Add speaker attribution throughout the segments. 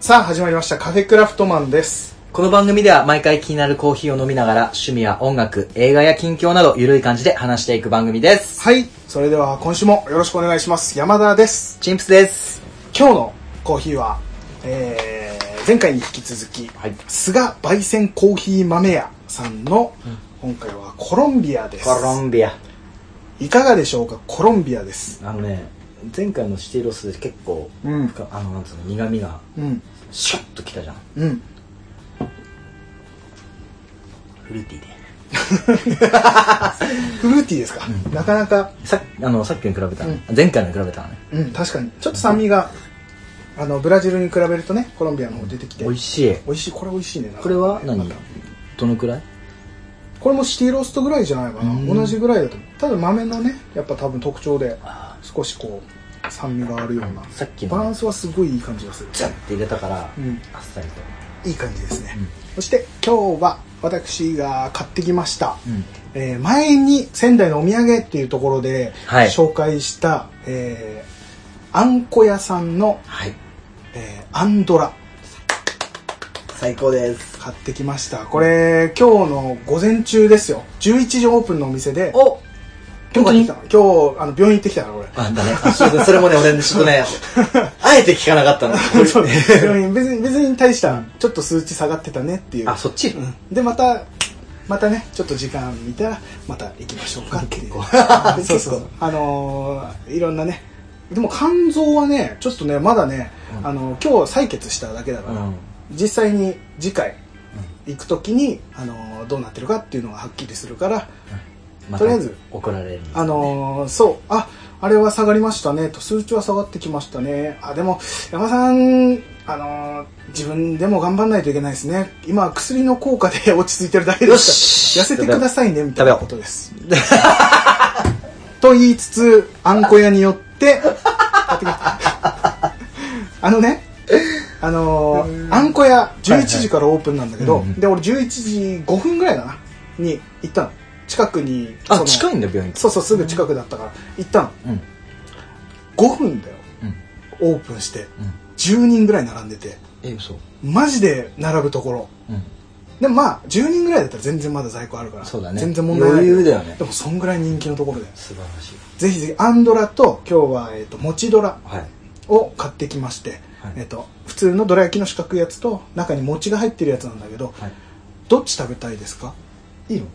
Speaker 1: さあ始まりましたカフェクラフトマンです
Speaker 2: この番組では毎回気になるコーヒーを飲みながら趣味や音楽、映画や近況などゆるい感じで話していく番組です。
Speaker 1: はいそれでは今週もよろしくお願いします山田です
Speaker 2: チンプスです。
Speaker 1: 今日のコーヒーは、えー、前回に引き続き、
Speaker 2: はい
Speaker 1: 菅焙煎コーヒー豆屋さんの、今回はコロンビアです
Speaker 2: コロンビア。
Speaker 1: いかがでしょうかコロンビアです
Speaker 2: あのね、前回のシティロスで結構、
Speaker 1: うん
Speaker 2: 深あの、なんつうの、苦味が
Speaker 1: うん
Speaker 2: シュッときたじゃん。
Speaker 1: うん
Speaker 2: フルーティーで。
Speaker 1: フルーティーですか、なかなか
Speaker 2: さあの、さっきに比べたらね、前回のに比べたらね、
Speaker 1: うん確かにちょっと酸味が、あのブラジルに比べるとねコロンビアの方出てきて
Speaker 2: 美味しい。
Speaker 1: 美味しいこれ美味しいねなんか
Speaker 2: これは何、
Speaker 1: また
Speaker 2: どのくらい
Speaker 1: これもシティローストぐらいじゃないか
Speaker 2: うん
Speaker 1: な同じぐらいだと思うただ豆のねやっぱ多分特徴で少しこう酸味があるような
Speaker 2: さっき
Speaker 1: バラ
Speaker 2: の、
Speaker 1: ン
Speaker 2: ね、
Speaker 1: スはすごいいい感じがする
Speaker 2: ジャッて入れたから、
Speaker 1: うん
Speaker 2: あっさりと。
Speaker 1: いい感じですね、
Speaker 2: うん
Speaker 1: そして今日は私が買ってきました、
Speaker 2: うん。
Speaker 1: えー前に仙台のお土産っていうところで
Speaker 2: はい
Speaker 1: 紹介した、えーあんこ屋さんの、
Speaker 2: はい。
Speaker 1: えーアンドラ
Speaker 2: 最高です。
Speaker 1: 買ってきましたこれ今日の午前中ですよ11時オープンのお店で
Speaker 2: お
Speaker 1: 今日買ってきたの今日あの病院行ってきたから俺
Speaker 2: あ、だね。あそうだそれもね、俺ね、ちょっとね、あえて聞かなかったの。
Speaker 1: そう病院別に別に大したちょっと数値下がってたねっていう
Speaker 2: あ、そっち、
Speaker 1: うんでまたまたねちょっと時間見たらまた行きましょうかっていう そうそうあのーいろんなねでも肝臓はねちょっとねまだね、
Speaker 2: うん
Speaker 1: あの今日採血しただけだ
Speaker 2: う
Speaker 1: から、
Speaker 2: ん。
Speaker 1: 実際に次回行く時に、あのーどうなってるかっていうのがはっきりするから、
Speaker 2: また
Speaker 1: とりあえず
Speaker 2: 怒られるんです
Speaker 1: あのーそう、あ、あれは下がりましたね、と、数値は下がってきましたね。あ、でも、山さん、あのー自分でも頑張んないといけないですね。今、薬の効果で 落ち着いてるだけで
Speaker 2: よ
Speaker 1: す
Speaker 2: し
Speaker 1: から痩せてくださいね、みたいなことです。と言いつつ、あんこ屋によって、買ってきたあのね、あのーあんこ屋、11時からオープンなんだけど、
Speaker 2: はいはいうんうん
Speaker 1: で、俺11時5分ぐらいだな、に行ったの。近くに、そ
Speaker 2: あ、
Speaker 1: の
Speaker 2: 近いんだ、病院。
Speaker 1: そうそうすぐ近くだったから行ったの
Speaker 2: うん。
Speaker 1: 5分だよ
Speaker 2: うん。
Speaker 1: オープンして
Speaker 2: うん。
Speaker 1: 10人ぐらい並んでて
Speaker 2: え、嘘。
Speaker 1: マジで並ぶところ
Speaker 2: うん。
Speaker 1: でもまあ10人ぐらいだったら全然まだ在庫あるから
Speaker 2: そうだね。
Speaker 1: 全然問題ない
Speaker 2: 余裕だよね
Speaker 1: で。もそんぐらい人気のところで
Speaker 2: 素晴らしい。
Speaker 1: ぜひぜひアンドラと今日は、えっともちドラ
Speaker 2: はい。
Speaker 1: を買ってきまして、
Speaker 2: はい
Speaker 1: えっと普通のどら焼きの四角いやつと中に餅が入ってるやつなんだけど
Speaker 2: はい。
Speaker 1: どっち食べたいですか
Speaker 2: いいの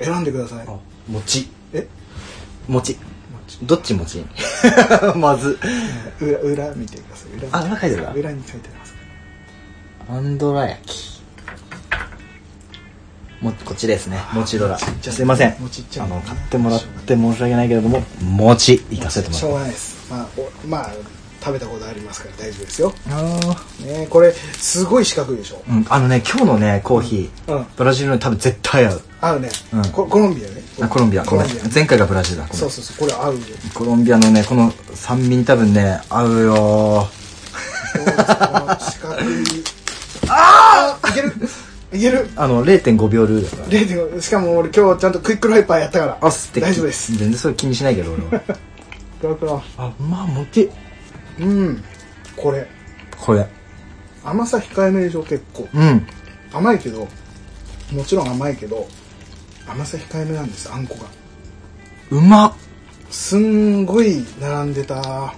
Speaker 1: 選んでください
Speaker 2: あ、餅。
Speaker 1: え
Speaker 2: 餅。
Speaker 1: 餅
Speaker 2: どっち餅 まず。
Speaker 1: 裏裏見てください裏
Speaker 2: あ、裏書いてるわ。
Speaker 1: 裏に書いてあります
Speaker 2: アンドラ焼き。も、こっちですね。もちドラ。
Speaker 1: じゃあ
Speaker 2: すいません。
Speaker 1: もちっちゃ
Speaker 2: あ
Speaker 1: いの
Speaker 2: の、買ってもらって申し訳ないけれども、もち、行かせても
Speaker 1: しょう
Speaker 2: らっ
Speaker 1: がないです、まあ、おまあ食べたことありますから大丈夫ですよ、
Speaker 2: た。あー
Speaker 1: ね、これすごい四角いでしょ
Speaker 2: うん、あのね、今日のね、コーヒー、
Speaker 1: うん
Speaker 2: ブラジルの多分絶対合う。
Speaker 1: 合うね、
Speaker 2: うん
Speaker 1: ココロンビアね
Speaker 2: あコロンビア、
Speaker 1: コ
Speaker 2: ご
Speaker 1: ロ
Speaker 2: め
Speaker 1: ン
Speaker 2: ん
Speaker 1: ビア。
Speaker 2: 前回がブラジルだ、ごめ
Speaker 1: そ
Speaker 2: ん
Speaker 1: う。そうそうこれ合うよ
Speaker 2: コロンビアのね、この酸味に多分ね、合うよ
Speaker 1: この四角いああいけるいける
Speaker 2: あの、0.5秒ルールだから。
Speaker 1: 0.5しかも俺今日ちゃんとクイックライパーやったから
Speaker 2: あ、すって
Speaker 1: 大丈夫ですい
Speaker 2: 全然それ気にしないけど、俺 は。
Speaker 1: ただきま
Speaker 2: あ、まあ、もち。
Speaker 1: すうんこれ
Speaker 2: これ。
Speaker 1: 甘さ控えめでしょ結構
Speaker 2: うん。
Speaker 1: 甘いけどもちろん甘いけど甘さ控えめなんですあんこが
Speaker 2: うまっ。
Speaker 1: すんごい並んでた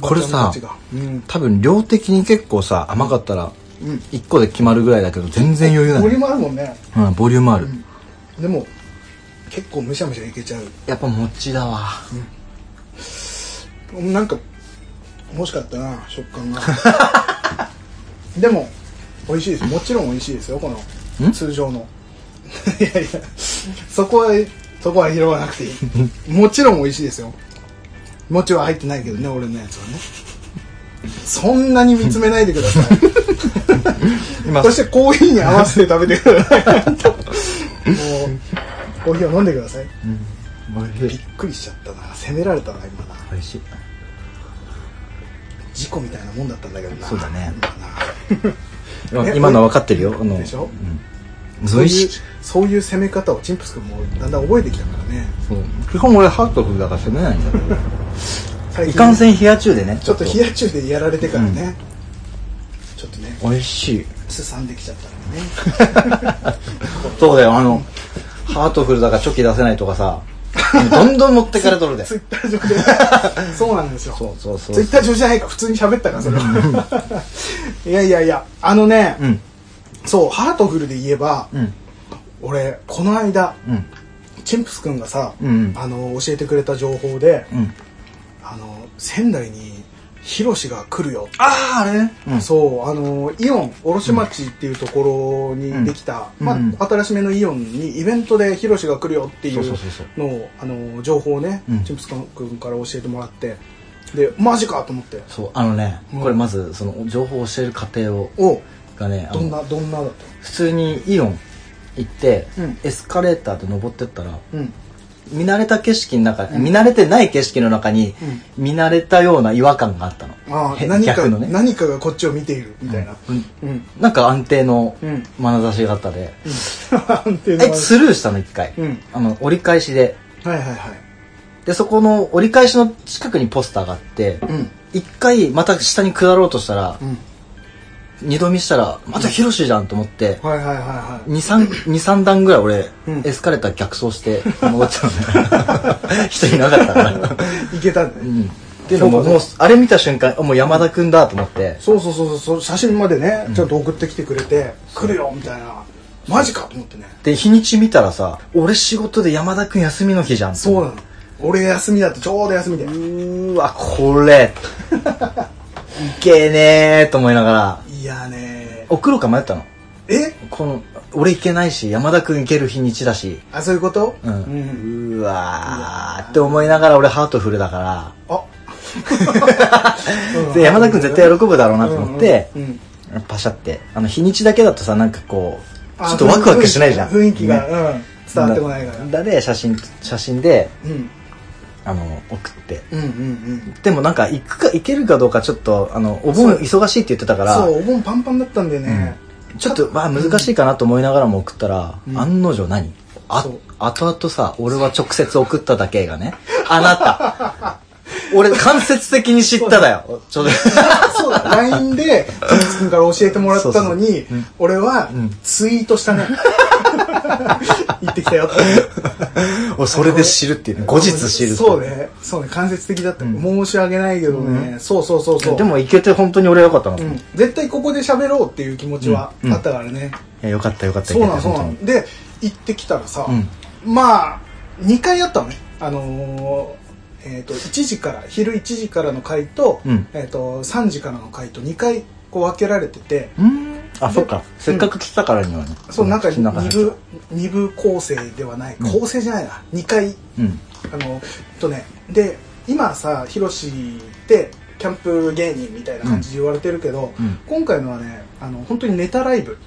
Speaker 2: これさ
Speaker 1: おばちゃんたちがうん
Speaker 2: 多分、量的に結構さ、甘かったら、
Speaker 1: うん
Speaker 2: 1個で決まるぐらいだけど、全然余裕ない
Speaker 1: 森。もあるもんね
Speaker 2: うん、ボリュームある。
Speaker 1: でも結構むしゃむしゃいけちゃう
Speaker 2: やっぱ、もちだわ。
Speaker 1: なんか欲しかったな食感 がでも美味しいですもちろん美味しいですよこの
Speaker 2: ん
Speaker 1: 通常の いやいやそこはそこは拾わなくてい いもちろん美味しいですよもちは入ってないけどね俺のやつはねそんなに見つめないでください
Speaker 2: 今
Speaker 1: そしてコーヒーに合わせて食べてください もうコーヒーを飲んでください
Speaker 2: 美味
Speaker 1: びっ
Speaker 2: しい。
Speaker 1: くりしちゃったな責められたな今な
Speaker 2: 美味しい。
Speaker 1: 事故みたいなもんだったんだけどな
Speaker 2: そうだね
Speaker 1: 今なえ
Speaker 2: 今のは分かってるよ。あの、
Speaker 1: でしょ
Speaker 2: うん。
Speaker 1: そ
Speaker 2: そうう
Speaker 1: い
Speaker 2: いう
Speaker 1: そういう攻め方をチンプス君もだんだん覚えてきたからね
Speaker 2: 基本俺ハートフルだから攻めないんだけど。
Speaker 1: 最
Speaker 2: いかんせん冷や中でね。
Speaker 1: ちょっと冷や中でやられてからね、ちょっとね
Speaker 2: 美味しい。
Speaker 1: すさんできちゃったらね
Speaker 2: そうだよ、あの、ハートフルだからチョキ出せないとかさ、どんどん持ってかれと るで。
Speaker 1: ツイッター上 でそうなんですよ
Speaker 2: そうそうそう。
Speaker 1: ツイッター上じゃないか普通に喋ったからそれはいやいやいやあのね、
Speaker 2: うん。
Speaker 1: そうハートフルで言えば
Speaker 2: うん。
Speaker 1: 俺この間
Speaker 2: うん。
Speaker 1: チンプスくんがさ、
Speaker 2: うん
Speaker 1: あの教えてくれた情報で、
Speaker 2: うん。
Speaker 1: あの仙台にヒロシが来るよって
Speaker 2: ああ、あれね。うん。
Speaker 1: そうあのイオン卸町っていうところにできた、
Speaker 2: うん
Speaker 1: まあ
Speaker 2: うん
Speaker 1: 新しめのイオンにイベントでヒロシが来るよってい
Speaker 2: そううそうそ
Speaker 1: の
Speaker 2: う
Speaker 1: をあの情報をね、
Speaker 2: うん
Speaker 1: チンプスくんから教えてもらってでマジかと思って
Speaker 2: そう、あのね、
Speaker 1: うん
Speaker 2: これまず、その、情報を教える過程を、
Speaker 1: お
Speaker 2: がね、あ
Speaker 1: どん
Speaker 2: の
Speaker 1: などんなだと
Speaker 2: 普通にイオン行って、
Speaker 1: うん
Speaker 2: エスカレーターで登ってったら、
Speaker 1: うん
Speaker 2: 見慣れた景色の中、見慣れてない景色の中に、見慣れたような違和感があったの。
Speaker 1: ああ
Speaker 2: へ
Speaker 1: 何か、
Speaker 2: 逆のね。
Speaker 1: 何かがこっちを見ているみたいな
Speaker 2: うん
Speaker 1: うん
Speaker 2: なんか安定の
Speaker 1: うん
Speaker 2: 眼差しがあったで、
Speaker 1: 安定の
Speaker 2: え、スルーしたの一回、
Speaker 1: うん
Speaker 2: あの、折り返しで。
Speaker 1: はいはいはい
Speaker 2: で、そこの折り返しの近くにポスターがあって、
Speaker 1: うん
Speaker 2: 一回また下に下ろうとしたら
Speaker 1: う、ん
Speaker 2: 二度見したら、またヒロシじゃんと思って、
Speaker 1: はいはいはいはい
Speaker 2: 二三、二三段ぐらい俺、
Speaker 1: うん
Speaker 2: エスカレーター逆走して戻っちゃうね。 人いなかっ たから。
Speaker 1: いけたんだ
Speaker 2: う
Speaker 1: ね
Speaker 2: ん。っていうのも、
Speaker 1: そう
Speaker 2: も
Speaker 1: か
Speaker 2: う、あれ見た瞬間、あもう山田くんだと思って、
Speaker 1: そうそうそうそう写真までねちょっと送ってきてくれて来るよみたいなマジかと思ってね
Speaker 2: で、日にち見たらさ、俺仕事で山田くん休みの日じゃん。
Speaker 1: そうなの俺休みだとちょうど休みで
Speaker 2: うーわ、これ、いけねえと思いながら、
Speaker 1: いやね
Speaker 2: 送ろうか迷ったの。
Speaker 1: え
Speaker 2: この、俺いけないし、山田くんいける日にちだし、
Speaker 1: あそういうこと
Speaker 2: う。
Speaker 1: うん
Speaker 2: うわーって思いながら俺ハートフルだから、
Speaker 1: あ
Speaker 2: で山田くん絶対喜ぶだろうなと思って、
Speaker 1: うんうん
Speaker 2: パシャってあの日にちだけだとさなんかこう
Speaker 1: あ
Speaker 2: ちょっとワクワクしないじゃん
Speaker 1: 雰囲気が
Speaker 2: ね
Speaker 1: うん伝わってこないから
Speaker 2: だで写真写真で
Speaker 1: うん
Speaker 2: あの送って
Speaker 1: うんうんうん
Speaker 2: でもなんか行くか行けるかどうかちょっとあのお盆忙しいって言ってたから
Speaker 1: そうお盆パンパンだったんだよね
Speaker 2: ちょっとまあ難しいかなと思いながらも送ったら、
Speaker 1: うん
Speaker 2: 案の定何あ
Speaker 1: そう
Speaker 2: 後々さ俺は直接送っただけがねあなた俺間接的に知っただよちょっと
Speaker 1: そうだ、LINE で、ジムス君から教えてもらったのに
Speaker 2: そうそううん、
Speaker 1: 俺は
Speaker 2: うん、
Speaker 1: ツイート したね。行ってきたよって。
Speaker 2: 俺それで知るっていうね後日知るってい
Speaker 1: そうね。そうね、間接的だった。
Speaker 2: うん
Speaker 1: 申し訳ないけど
Speaker 2: う
Speaker 1: ね。そうそうそうそう。
Speaker 2: で、も行けて本当に俺は良かったの、
Speaker 1: う
Speaker 2: い
Speaker 1: ん。絶対ここで喋ろうっていう気持ちは
Speaker 2: うん
Speaker 1: あったからね。
Speaker 2: や良かった良かった
Speaker 1: そうなの、そうな
Speaker 2: 行け
Speaker 1: の。で、行ってきたらさ
Speaker 2: て、本
Speaker 1: まあ、2回あったのね。あのー、えっと、1時から、昼1時からの回と
Speaker 2: うん、
Speaker 1: えっと、3時からの回と2回、こう分けられてて、
Speaker 2: 当にうんうーんあそっかせっかく来たからにはね
Speaker 1: そう、なんか
Speaker 2: 口の中
Speaker 1: 二
Speaker 2: に
Speaker 1: 部、二部構成ではない、
Speaker 2: うん
Speaker 1: 構成じゃないな、二回、
Speaker 2: うん
Speaker 1: あの、とね、で、今さ、ヒロシって、キャンプ芸人みたいな感じで言われてるけど、
Speaker 2: うん
Speaker 1: 今回のはね、あの、本当にネタライブ、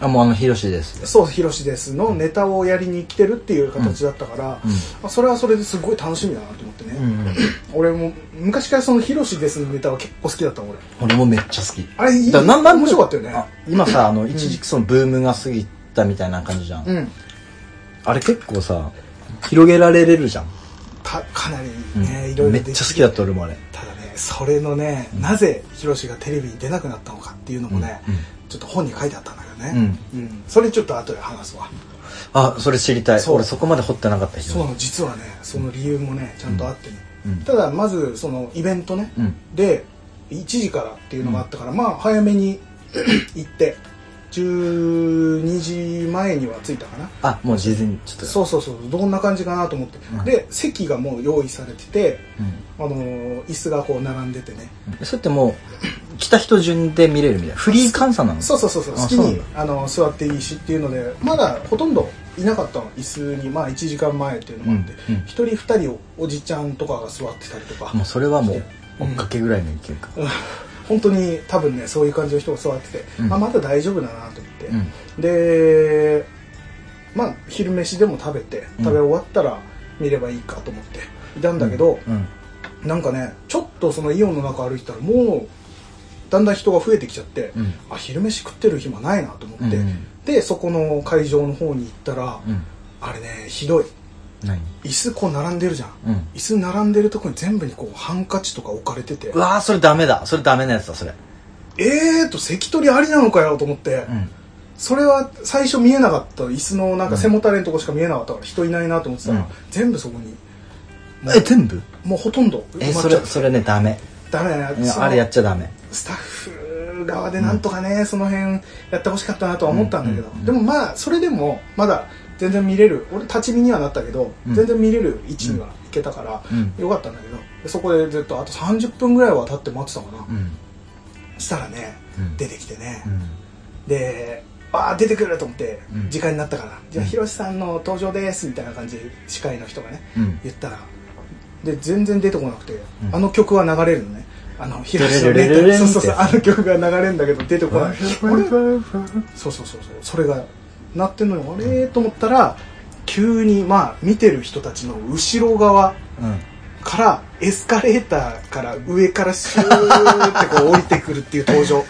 Speaker 2: あもうあのヒロシです
Speaker 1: そう、ヒロシですのネタをやりに来てるっていう形だったから、あそれはそれですごい楽しみだなと思ってね。
Speaker 2: うん、うん、
Speaker 1: 俺も、昔からそのヒロシですのネタは結構好きだったの、俺。
Speaker 2: 俺もめっちゃ好き
Speaker 1: あれ、いい
Speaker 2: だらなんなん
Speaker 1: 面白かったよね
Speaker 2: あ。今さあの一時期そのブームが過ぎたみたいな感じじゃん、
Speaker 1: うん。
Speaker 2: あれ結構さ広げられれるじゃん、
Speaker 1: たかなり
Speaker 2: うん
Speaker 1: ね、いろいろ
Speaker 2: め
Speaker 1: で
Speaker 2: っ
Speaker 1: き
Speaker 2: ち
Speaker 1: て
Speaker 2: ゃ好きだった俺もあれ
Speaker 1: ただねそれのね、なぜヒロシがテレビに出なくなったのかっていうのもね、
Speaker 2: うんうん
Speaker 1: ちょっと本に書いてあったんだけど
Speaker 2: う
Speaker 1: ね、
Speaker 2: ん
Speaker 1: うんそれちょっと後で話すわ、
Speaker 2: あそれ知りたい
Speaker 1: そう
Speaker 2: 俺そこまで掘ってなかっ
Speaker 1: そ
Speaker 2: た
Speaker 1: う
Speaker 2: 人
Speaker 1: なの実はねその理由もねちゃんとあってね、
Speaker 2: うん
Speaker 1: ただまずそのイベントね、
Speaker 2: うん
Speaker 1: で1時からっていうのがあったから、まあ早めに 行って12時前には着いたかな
Speaker 2: あもう事前にちょっと
Speaker 1: そうそうそうどんな感じかなと思って、
Speaker 2: うん
Speaker 1: で席がもう用意されてて
Speaker 2: うん
Speaker 1: あのー椅子がこう並んでてね
Speaker 2: それってもう来た人順で見れるみたいなフリー換算なの
Speaker 1: そうそうそうそう
Speaker 2: あ
Speaker 1: 好き
Speaker 2: そうなん
Speaker 1: に
Speaker 2: だ
Speaker 1: あの座っていいしっていうのでまだほとんどいなかったの椅子にまあ1時間前っていうのもあって
Speaker 2: うんうん
Speaker 1: 一、人二人おおじちゃんとかが座ってたりとか、
Speaker 2: もうそれはもう
Speaker 1: うん
Speaker 2: 追っかけぐらいの勢いか、
Speaker 1: うん 本当に多分ねそういう感じの人が座ってて、
Speaker 2: うん
Speaker 1: あまだ大丈夫だなと思って、
Speaker 2: うん
Speaker 1: でまあ昼飯でも食べて
Speaker 2: うん
Speaker 1: 食べ終わったら見ればいいかと思っていたんだけど、
Speaker 2: うん
Speaker 1: なんかねちょっとそのイオンの中歩いてたらもうだんだん人が増えてきちゃって、
Speaker 2: うん
Speaker 1: あ昼飯食ってる暇ないなと思って、
Speaker 2: うん
Speaker 1: でそこの会場の方に行ったら、
Speaker 2: うん
Speaker 1: あれねひどい
Speaker 2: 何
Speaker 1: 椅子こう並んでるじゃん、
Speaker 2: うん
Speaker 1: 椅子並んでるとこに全部にこうハンカチとか置かれてて
Speaker 2: うわーそれダメだそれダメなやつだそれ
Speaker 1: えーと関取ありなのかよと思って、
Speaker 2: うん。
Speaker 1: それは最初見えなかった椅子のなんか背もたれのとこしか見えなかったから人いないなと思ってたら、
Speaker 2: うん
Speaker 1: 全部そこに
Speaker 2: え、全部
Speaker 1: もうほとんど
Speaker 2: え、
Speaker 1: 埋まっ
Speaker 2: そ
Speaker 1: ち
Speaker 2: れ
Speaker 1: ゃっ、て
Speaker 2: それね、ダメ。
Speaker 1: ダメだ
Speaker 2: い
Speaker 1: ね
Speaker 2: や
Speaker 1: その
Speaker 2: あれやっちゃダメ。
Speaker 1: スタッフ側でなんとかね、その辺やってほしかったなとは思ったんだけど、
Speaker 2: うんうん
Speaker 1: でもまあそれでもまだ全然見れる俺立ち見にはなったけど、
Speaker 2: うん
Speaker 1: 全然見れる位置には行けたから、
Speaker 2: うん
Speaker 1: よかったんだけどでそこでずっとあと30分ぐらいは経って待ってたかな、
Speaker 2: うん。
Speaker 1: そしたらね
Speaker 2: うん
Speaker 1: 出てきてね、
Speaker 2: うん。
Speaker 1: でああ出てくると思って、
Speaker 2: うん
Speaker 1: 時間になったからじゃあ
Speaker 2: うん
Speaker 1: ヒロシさんの登場ですみたいな感じで司会の人がね
Speaker 2: うん。
Speaker 1: 言ったらで全然出てこなくて、
Speaker 2: ん
Speaker 1: あの曲は流れるのねあのヒロシの
Speaker 2: レレレレレ
Speaker 1: ね
Speaker 2: ンって
Speaker 1: そうそうそうあの曲が流れるんだけど出てこないあれ
Speaker 2: う
Speaker 1: そうそうそうそうそれが鳴ってんのにあれと思ったら急にまあ見てる人たちの後ろ側
Speaker 2: ん。
Speaker 1: からエスカレーターから上からシューってこう降りてくるっていう登 場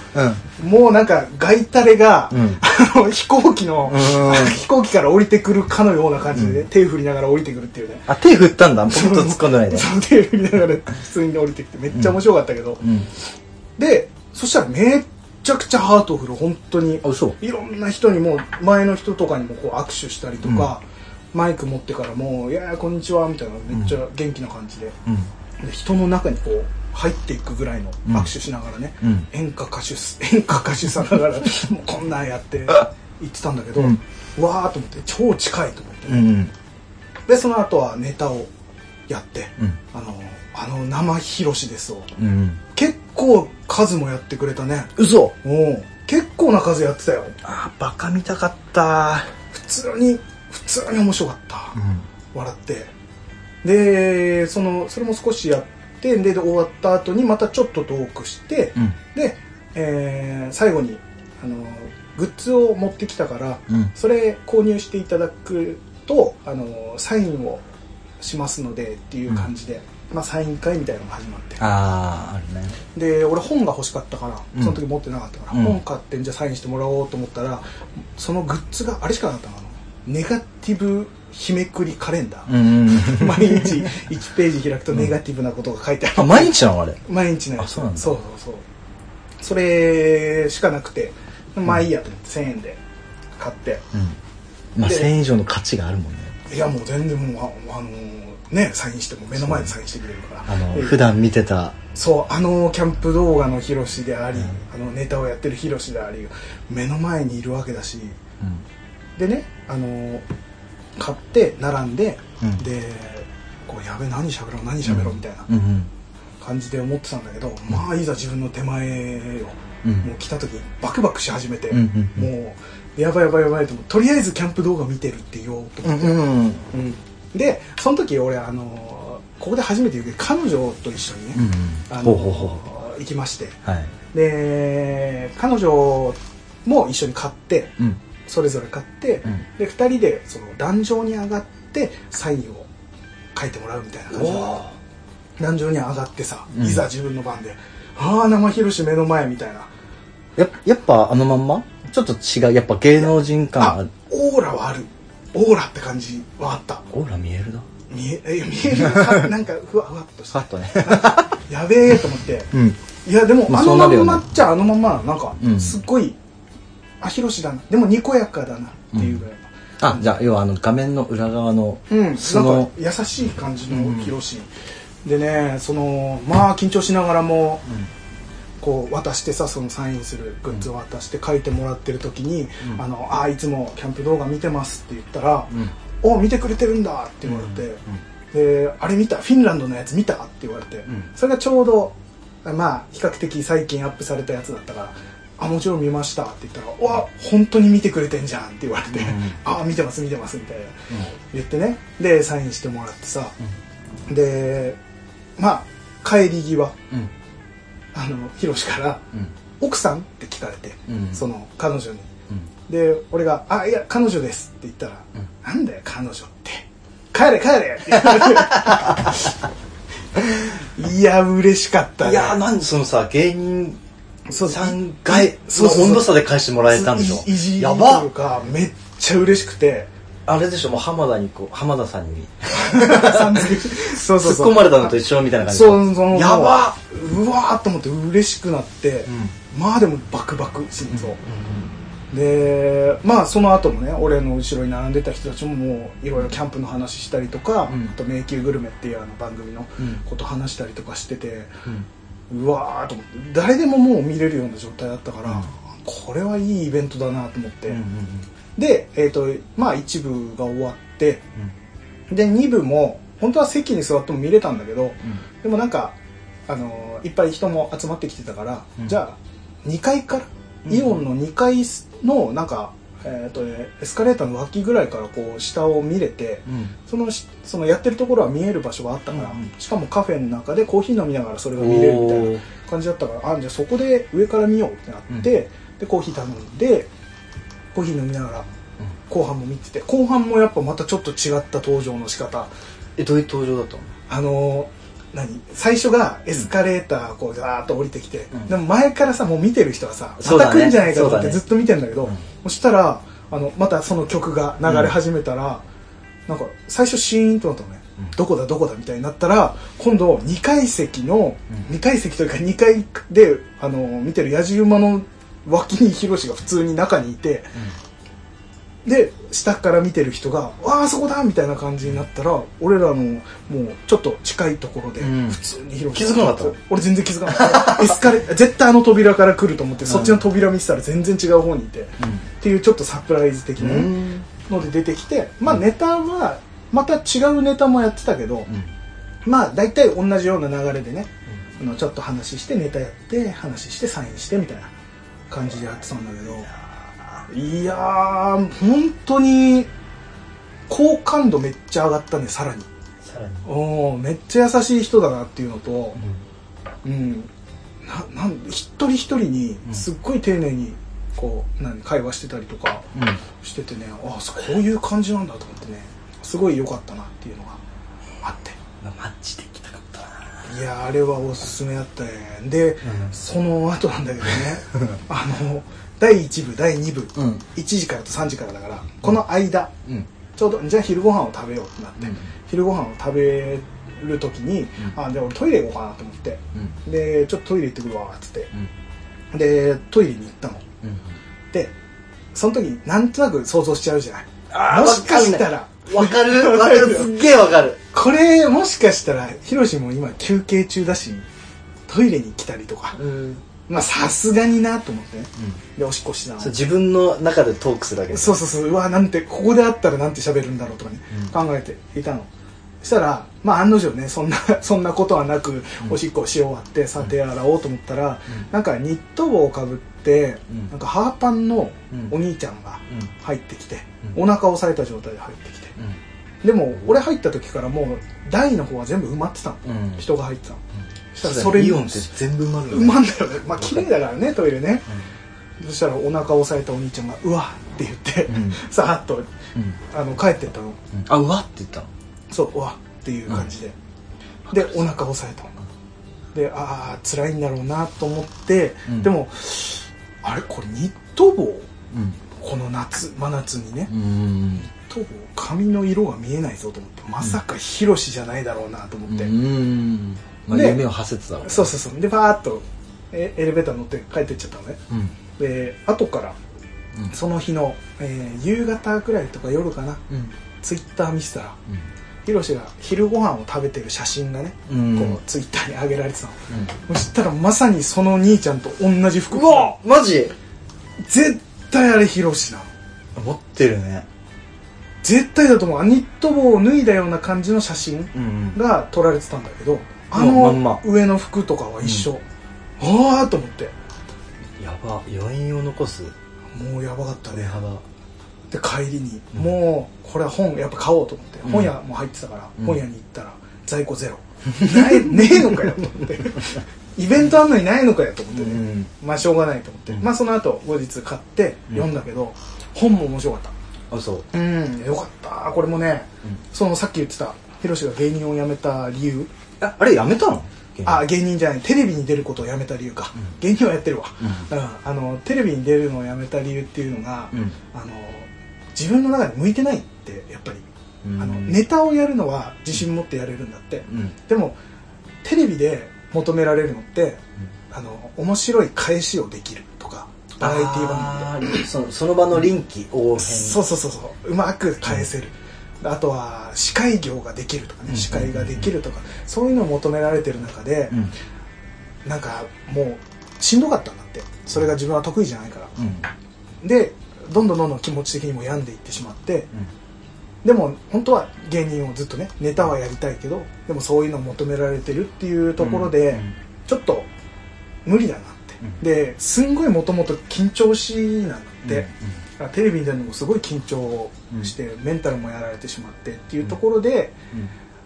Speaker 2: うん。
Speaker 1: もうなんか外タレが、
Speaker 2: うん
Speaker 1: あの飛行機の、
Speaker 2: うん
Speaker 1: 飛行機から降りてくるかのような感じでね、手振りながら降りてくるっていうね
Speaker 2: あ、手振ったんだ。ポッと突っ込んでない で。
Speaker 1: そう手振りながら普通に降りてきてめっちゃ面白かったけど、
Speaker 2: うん。
Speaker 1: でそしたらめっちゃくちゃハートフル本当に
Speaker 2: あ、嘘。
Speaker 1: いろんな人にも前の人とかにもこう握手したりとか、マイク持ってからもう「いやいやこんにちは」みたいなめっちゃ元気な感じで,、
Speaker 2: うん。
Speaker 1: で人の中にこう入っていくぐらいの
Speaker 2: うん
Speaker 1: 握手しながらね、
Speaker 2: うん
Speaker 1: 演歌歌手す 演歌歌手さながらもうこんなんやっ て言ってたんだけど、
Speaker 2: うん
Speaker 1: わーと思って超近いと思って、
Speaker 2: うん。うん。
Speaker 1: でその後はネタをやって、
Speaker 2: うん
Speaker 1: あの「あの生ひろしです」を
Speaker 2: うん。
Speaker 1: 結構数もやってくれたね
Speaker 2: 嘘。
Speaker 1: おう結構な数やってたよ
Speaker 2: あ、バカ見たかった。
Speaker 1: 普通に普通に面白かった、
Speaker 2: うん。
Speaker 1: 笑ってでそのそれも少しやってでで終わった後にまたちょっとトークして、
Speaker 2: うん。
Speaker 1: で、えー最後にあのグッズを持ってきたから
Speaker 2: うん。
Speaker 1: それ購入していただくとあのサインをしますのでっていう感じで、まあ、サイン会みたいなのが始まって
Speaker 2: ああ、あるね。
Speaker 1: で俺本が欲しかったから
Speaker 2: うん
Speaker 1: その時持ってなかったから、
Speaker 2: うん
Speaker 1: 本買ってんじゃあサインしてもらおうと思ったらそのグッズがあれしかなかったのあのネガティブ日めくりカレンダー、
Speaker 2: うん。
Speaker 1: 毎日1ページ開くとネガティブなことが書いてある、
Speaker 2: あ、毎日なのあれ。
Speaker 1: 毎日のやつ
Speaker 2: あそうなんだ
Speaker 1: そうそうそうそれしかなくてまあいいやと思って1000円で買って
Speaker 2: うん。まあ、
Speaker 1: で
Speaker 2: 1000円以上の価値があるもんね。
Speaker 1: いやもう全然もうああのーねサインしても目の前でサインしてくれるから
Speaker 2: あの、
Speaker 1: で
Speaker 2: 普段見てた。
Speaker 1: そうあのキャンプ動画のヒロシであり、
Speaker 2: うん
Speaker 1: あのネタをやってるヒロシであり目の前にいるわけだしでねあの買って並んで、
Speaker 2: うん
Speaker 1: でこうやべえ何喋ろう何喋ろうみたいな
Speaker 2: うん。うん。
Speaker 1: 感じで思ってたんだけど、まあいざ自分の手前よ、
Speaker 2: うん
Speaker 1: もう来た時バクバクし始めて、
Speaker 2: うんうんう
Speaker 1: もうやばいやばいやばいと思ってとりあえずキャンプ動画見てるって言おうと
Speaker 2: う
Speaker 1: 思っ
Speaker 2: ん
Speaker 1: て、
Speaker 2: うん
Speaker 1: うんでその時俺あのここで初めて言うけど彼女と一緒にね、
Speaker 2: うん
Speaker 1: あの
Speaker 2: ほうほうほ
Speaker 1: 行きまして
Speaker 2: うはい
Speaker 1: で彼女も一緒に買って
Speaker 2: うん
Speaker 1: それぞれ買って、
Speaker 2: うん
Speaker 1: で2人でその壇上に上がってサインを書いてもらうみたいな感じだった壇上に上がってさ、
Speaker 2: うん
Speaker 1: いざ自分の番で「ああ生ひろし目の前」みたいな
Speaker 2: ややっぱあのまんまちょっと違うやっぱ芸能人感あ
Speaker 1: あ
Speaker 2: る
Speaker 1: オーラはあるオーラって感じはあった
Speaker 2: オーラ見えるな
Speaker 1: 見ええ見える かなんかふわふわっとし
Speaker 2: さ
Speaker 1: た
Speaker 2: っとね
Speaker 1: やべえと思って
Speaker 2: うん
Speaker 1: いやでも、
Speaker 2: まあ
Speaker 1: あ、
Speaker 2: そ
Speaker 1: の
Speaker 2: うな
Speaker 1: ま
Speaker 2: るよ
Speaker 1: ん
Speaker 2: ね
Speaker 1: まっちゃあのまんまなのなんか、
Speaker 2: うん
Speaker 1: すっごいあひろしだなでもにこやかだなっていうぐらいの
Speaker 2: あじゃあ要はあの画面の裏側の
Speaker 1: うん、なん
Speaker 2: 素の
Speaker 1: か優しい感じのひろし、でねそのまあ緊張しながらも、こう渡してさそのサインするグッズを渡して書いてもらってる時に「
Speaker 2: うん
Speaker 1: あのあいつもキャンプ動画見てます」って言ったら「
Speaker 2: うん
Speaker 1: お見てくれてるんだ」って言われて、で「あれ見たフィンランドのやつ見た?」って言われて、
Speaker 2: ん
Speaker 1: それがちょうどまあ比較的最近アップされたやつだったから「あもちろん見ました」って言ったら「うわ本当に見てくれてんじゃん」って言われて「
Speaker 2: うん
Speaker 1: あ見てます見てます」みたいな言ってねでサインしてもらってさ、でまあ帰り際
Speaker 2: うん
Speaker 1: あのヒロシから
Speaker 2: うん
Speaker 1: 「奥さん?」って聞かれて、
Speaker 2: うん
Speaker 1: その彼女に
Speaker 2: うん
Speaker 1: で俺が「あいや彼女です」って言ったら「
Speaker 2: うん
Speaker 1: なんだよ彼女って帰れ帰れ」って言われていや嬉しかったね
Speaker 2: いやーなんでそのさ芸人
Speaker 1: そう
Speaker 2: さんがい
Speaker 1: そうそうそう
Speaker 2: の温度差で返してもらえたんでしょ
Speaker 1: いいじり
Speaker 2: や
Speaker 1: とい
Speaker 2: ば
Speaker 1: うかめっちゃ嬉しくて
Speaker 2: あれでしょもう浜田にこう浜田さんに
Speaker 1: さん付けそうそう
Speaker 2: 突っ
Speaker 1: そう
Speaker 2: 込まれたのと一緒みたいな感じ
Speaker 1: そうそう
Speaker 2: やば
Speaker 1: うわーっと思って嬉しくなって、まあでもバクバク心臓、でまあその後もね俺の後ろに並んでた人たちももういろいろキャンプの話したりとか、
Speaker 2: うん
Speaker 1: あと「迷宮グルメ」っていうあの番組の
Speaker 2: うん
Speaker 1: こと話したりとかしてて、
Speaker 2: うん
Speaker 1: うわーと思って誰でももう見れるような状態だったから、
Speaker 2: うん
Speaker 1: これはいいイベントだなと思って、
Speaker 2: うんうんうん
Speaker 1: でえっ、とまあ一部が終わってで2部も本当は席に座っても見れたんだけどでもなんか、あのーいっぱい人も集まってきてたから、
Speaker 2: うん
Speaker 1: じゃあ2階から、
Speaker 2: うん
Speaker 1: イオンの2階のなんか、えーとね、エスカレーターの脇ぐらいからこう下を見れて
Speaker 2: うんうん
Speaker 1: そのしそのやってるところは見える場所があったから、
Speaker 2: うんうん
Speaker 1: しかもカフェの中でコーヒー飲みながらそれが見れるみたいな
Speaker 2: おー
Speaker 1: 感じだったからあじゃあそこで上から見ようってなって、
Speaker 2: うん
Speaker 1: でコーヒー頼んでコーヒー飲みながら後半も見てて後半もやっぱまたちょっと違った登場の仕方
Speaker 2: えどういう登場だったの
Speaker 1: あのー何最初がエスカレーターこうザーッと降りてきて、
Speaker 2: うん
Speaker 1: でも前からさもう見てる人はさ
Speaker 2: そ
Speaker 1: ま
Speaker 2: うだ
Speaker 1: た
Speaker 2: ね
Speaker 1: 来るんじゃないかと思
Speaker 2: そ
Speaker 1: っ
Speaker 2: うだ
Speaker 1: て
Speaker 2: ね
Speaker 1: ずっと見てんだけどそ
Speaker 2: うん
Speaker 1: したらあのまたその曲が流れ始めたら、なんか最初シーンとなったのね、
Speaker 2: うん
Speaker 1: どこだどこだみたいになったら今度2階席の、
Speaker 2: う
Speaker 1: 2階席というか2階であのー見てるやじ馬の脇にヒロシが普通に中にいて、で下から見てる人が「わあそこだ!」みたいな感じになったら俺らのもうちょっと近いところで
Speaker 2: うん
Speaker 1: 普通に広
Speaker 2: 気づかなかった
Speaker 1: 俺全然気づかなかったエスカ レ絶対あの扉から来ると思ってそっちの扉見てたら全然違う方にいてっていうちょっとサプライズ的
Speaker 2: うんう
Speaker 1: なんので出てきてまあネタはまた違うネタもやってたけどまあ大体同じような流れでねあのちょっと話してネタやって話してサインしてみたいな感じでやってたんだけどいやー本当に好感度めっちゃ上がったねさらに
Speaker 2: さらに
Speaker 1: おーめっちゃ優しい人だなっていうのとうんななん一人一人にすっごい丁寧にこう何会話してたりとかしててねああそうこういう感じなんだと思ってねすごい良かったなっていうのがあって
Speaker 2: マッチできたかったない
Speaker 1: やーあれはおすすめだったねで、
Speaker 2: うん
Speaker 1: その後なんだ けどねあの第1部第2部、
Speaker 2: うん
Speaker 1: 1時からと3時からだからこの間
Speaker 2: うん
Speaker 1: ちょうどじゃあ昼ご飯を食べようってなって、
Speaker 2: うん
Speaker 1: 昼ご飯を食べる時に、
Speaker 2: うん
Speaker 1: あじゃあ俺トイレ行こうかなと思って
Speaker 2: うん
Speaker 1: でちょっとトイレ行ってくるわっつって
Speaker 2: うん
Speaker 1: でトイレに行ったの
Speaker 2: うん
Speaker 1: でその時になんとなく想像しちゃうじゃない
Speaker 2: あー
Speaker 1: もしかしたら
Speaker 2: わかるわかるすっげえわかる
Speaker 1: これもしかしたらヒロシも今休憩中だしトイレに来たりとか
Speaker 2: うん
Speaker 1: まあさすがになと思ってねでおしっこしながら
Speaker 2: そう自分の中でトークするだけ
Speaker 1: そうそうそううわなんてここであったらなんて喋るんだろうとかね、
Speaker 2: うん
Speaker 1: 考えていたのそしたらまあ案の定ねそんな そんなことはなく
Speaker 2: うん
Speaker 1: おしっこし終わってさて洗おうと思ったら、
Speaker 2: うん
Speaker 1: なんかニット帽をかぶって、
Speaker 2: うん
Speaker 1: なんかハーパンの
Speaker 2: うん
Speaker 1: お兄ちゃんが
Speaker 2: うん
Speaker 1: 入ってきて、
Speaker 2: うん
Speaker 1: お腹を押さえた状態で入ってきて
Speaker 2: う
Speaker 1: でも俺入った時からもう台の方は全部埋まってたの、
Speaker 2: ん
Speaker 1: 人が入ってたのそ
Speaker 2: そ
Speaker 1: うう
Speaker 2: だ
Speaker 1: だ
Speaker 2: ね
Speaker 1: それに
Speaker 2: イオンって全部埋まるよ
Speaker 1: 埋
Speaker 2: ね
Speaker 1: まんだよねまあ綺麗だからねトイレねそしたらお腹を押さえたお兄ちゃんが「うわ」って言って、
Speaker 2: うん
Speaker 1: さーっと
Speaker 2: うんうん
Speaker 1: あの帰ってったの
Speaker 2: うんあうわって言ったの
Speaker 1: そううわっていう感じで、でお腹を押さえたのでああ辛いんだろうなと思って、
Speaker 2: うん
Speaker 1: でもあれこれニット帽
Speaker 2: うん
Speaker 1: この夏真夏にね、
Speaker 2: うん
Speaker 1: ニット帽髪の色が見えないぞと思ってまさかヒロシじゃないだろうなと思って、
Speaker 2: うんまあ
Speaker 1: で
Speaker 2: 夢を馳せてたわ
Speaker 1: そうそうそうでバーッとえエレベーター乗って帰ってっちゃったのね
Speaker 2: うん
Speaker 1: で後から
Speaker 2: うん
Speaker 1: その日の、えー夕方くらいとか夜かな
Speaker 2: うん
Speaker 1: ツイッター見せたらヒロシが昼ご飯を食べてる写真がね、
Speaker 2: うん
Speaker 1: こうツイッターに上げられてたの
Speaker 2: うん
Speaker 1: そしたらまさにその兄ちゃんと同じ服
Speaker 2: うわマジ
Speaker 1: 絶対あれヒロシなの
Speaker 2: 持ってるね
Speaker 1: 絶対だと思うニット帽を脱いだような感じの写真
Speaker 2: うん
Speaker 1: が撮られてたんだけどあ
Speaker 2: まんま
Speaker 1: の上の服とかは一緒、ああと思って
Speaker 2: やば余韻を残す
Speaker 1: もうやばかった
Speaker 2: 鳥
Speaker 1: ね
Speaker 2: 肌
Speaker 1: で帰りに、
Speaker 2: うん
Speaker 1: もうこれは本やっぱ買おうと思って、
Speaker 2: うん
Speaker 1: 本屋も入ってたから、
Speaker 2: うん
Speaker 1: 本屋に行ったら在庫ゼロない ねえのかよと思って イベントあんのにないのかよと思ってね、
Speaker 2: ん
Speaker 1: まあしょうがないと思って、
Speaker 2: うん
Speaker 1: まあその後後日買って読んだけど、本も面白かった
Speaker 2: あそう
Speaker 1: うんよかったこれもね、
Speaker 2: うん
Speaker 1: そのさっき言ってたヒロシが芸人を辞めた理由
Speaker 2: ああれやめたの
Speaker 1: あ芸人じゃないテレビに出ることを辞めた理由か、
Speaker 2: うん
Speaker 1: 芸人はやってるわ、
Speaker 2: う
Speaker 1: うん、あのテレビに出るのを辞めた理由っていうのが、
Speaker 2: んうん
Speaker 1: あの自分の中で向いてないってやっぱり、
Speaker 2: うん
Speaker 1: あのネタをやるのは自信持ってやれるんだって、
Speaker 2: うん
Speaker 1: でもテレビで求められるのって、あの面白い返しをできるとかバラエティ番組
Speaker 2: あーそのその場の臨機応変
Speaker 1: そうそうそうそううまく返せる、あとは司会業ができるとかね、
Speaker 2: うん
Speaker 1: 司会ができるとかそういうのを求められてる中で、
Speaker 2: うん
Speaker 1: なんかもうしんどかったんだってそれが自分は得意じゃないから、
Speaker 2: うん
Speaker 1: でどんどんどんどん気持ち的にも病んでいってしまって、でも本当は芸人をずっとねネタはやりたいけどでもそういうのを求められてるっていうところで、
Speaker 2: うん
Speaker 1: ちょっと無理だなって、
Speaker 2: うん
Speaker 1: ですんごいもともと緊張しいなん
Speaker 2: うん
Speaker 1: で、テレビに出るのもすごい緊張して、メンタルもやられてしまってっていうところで、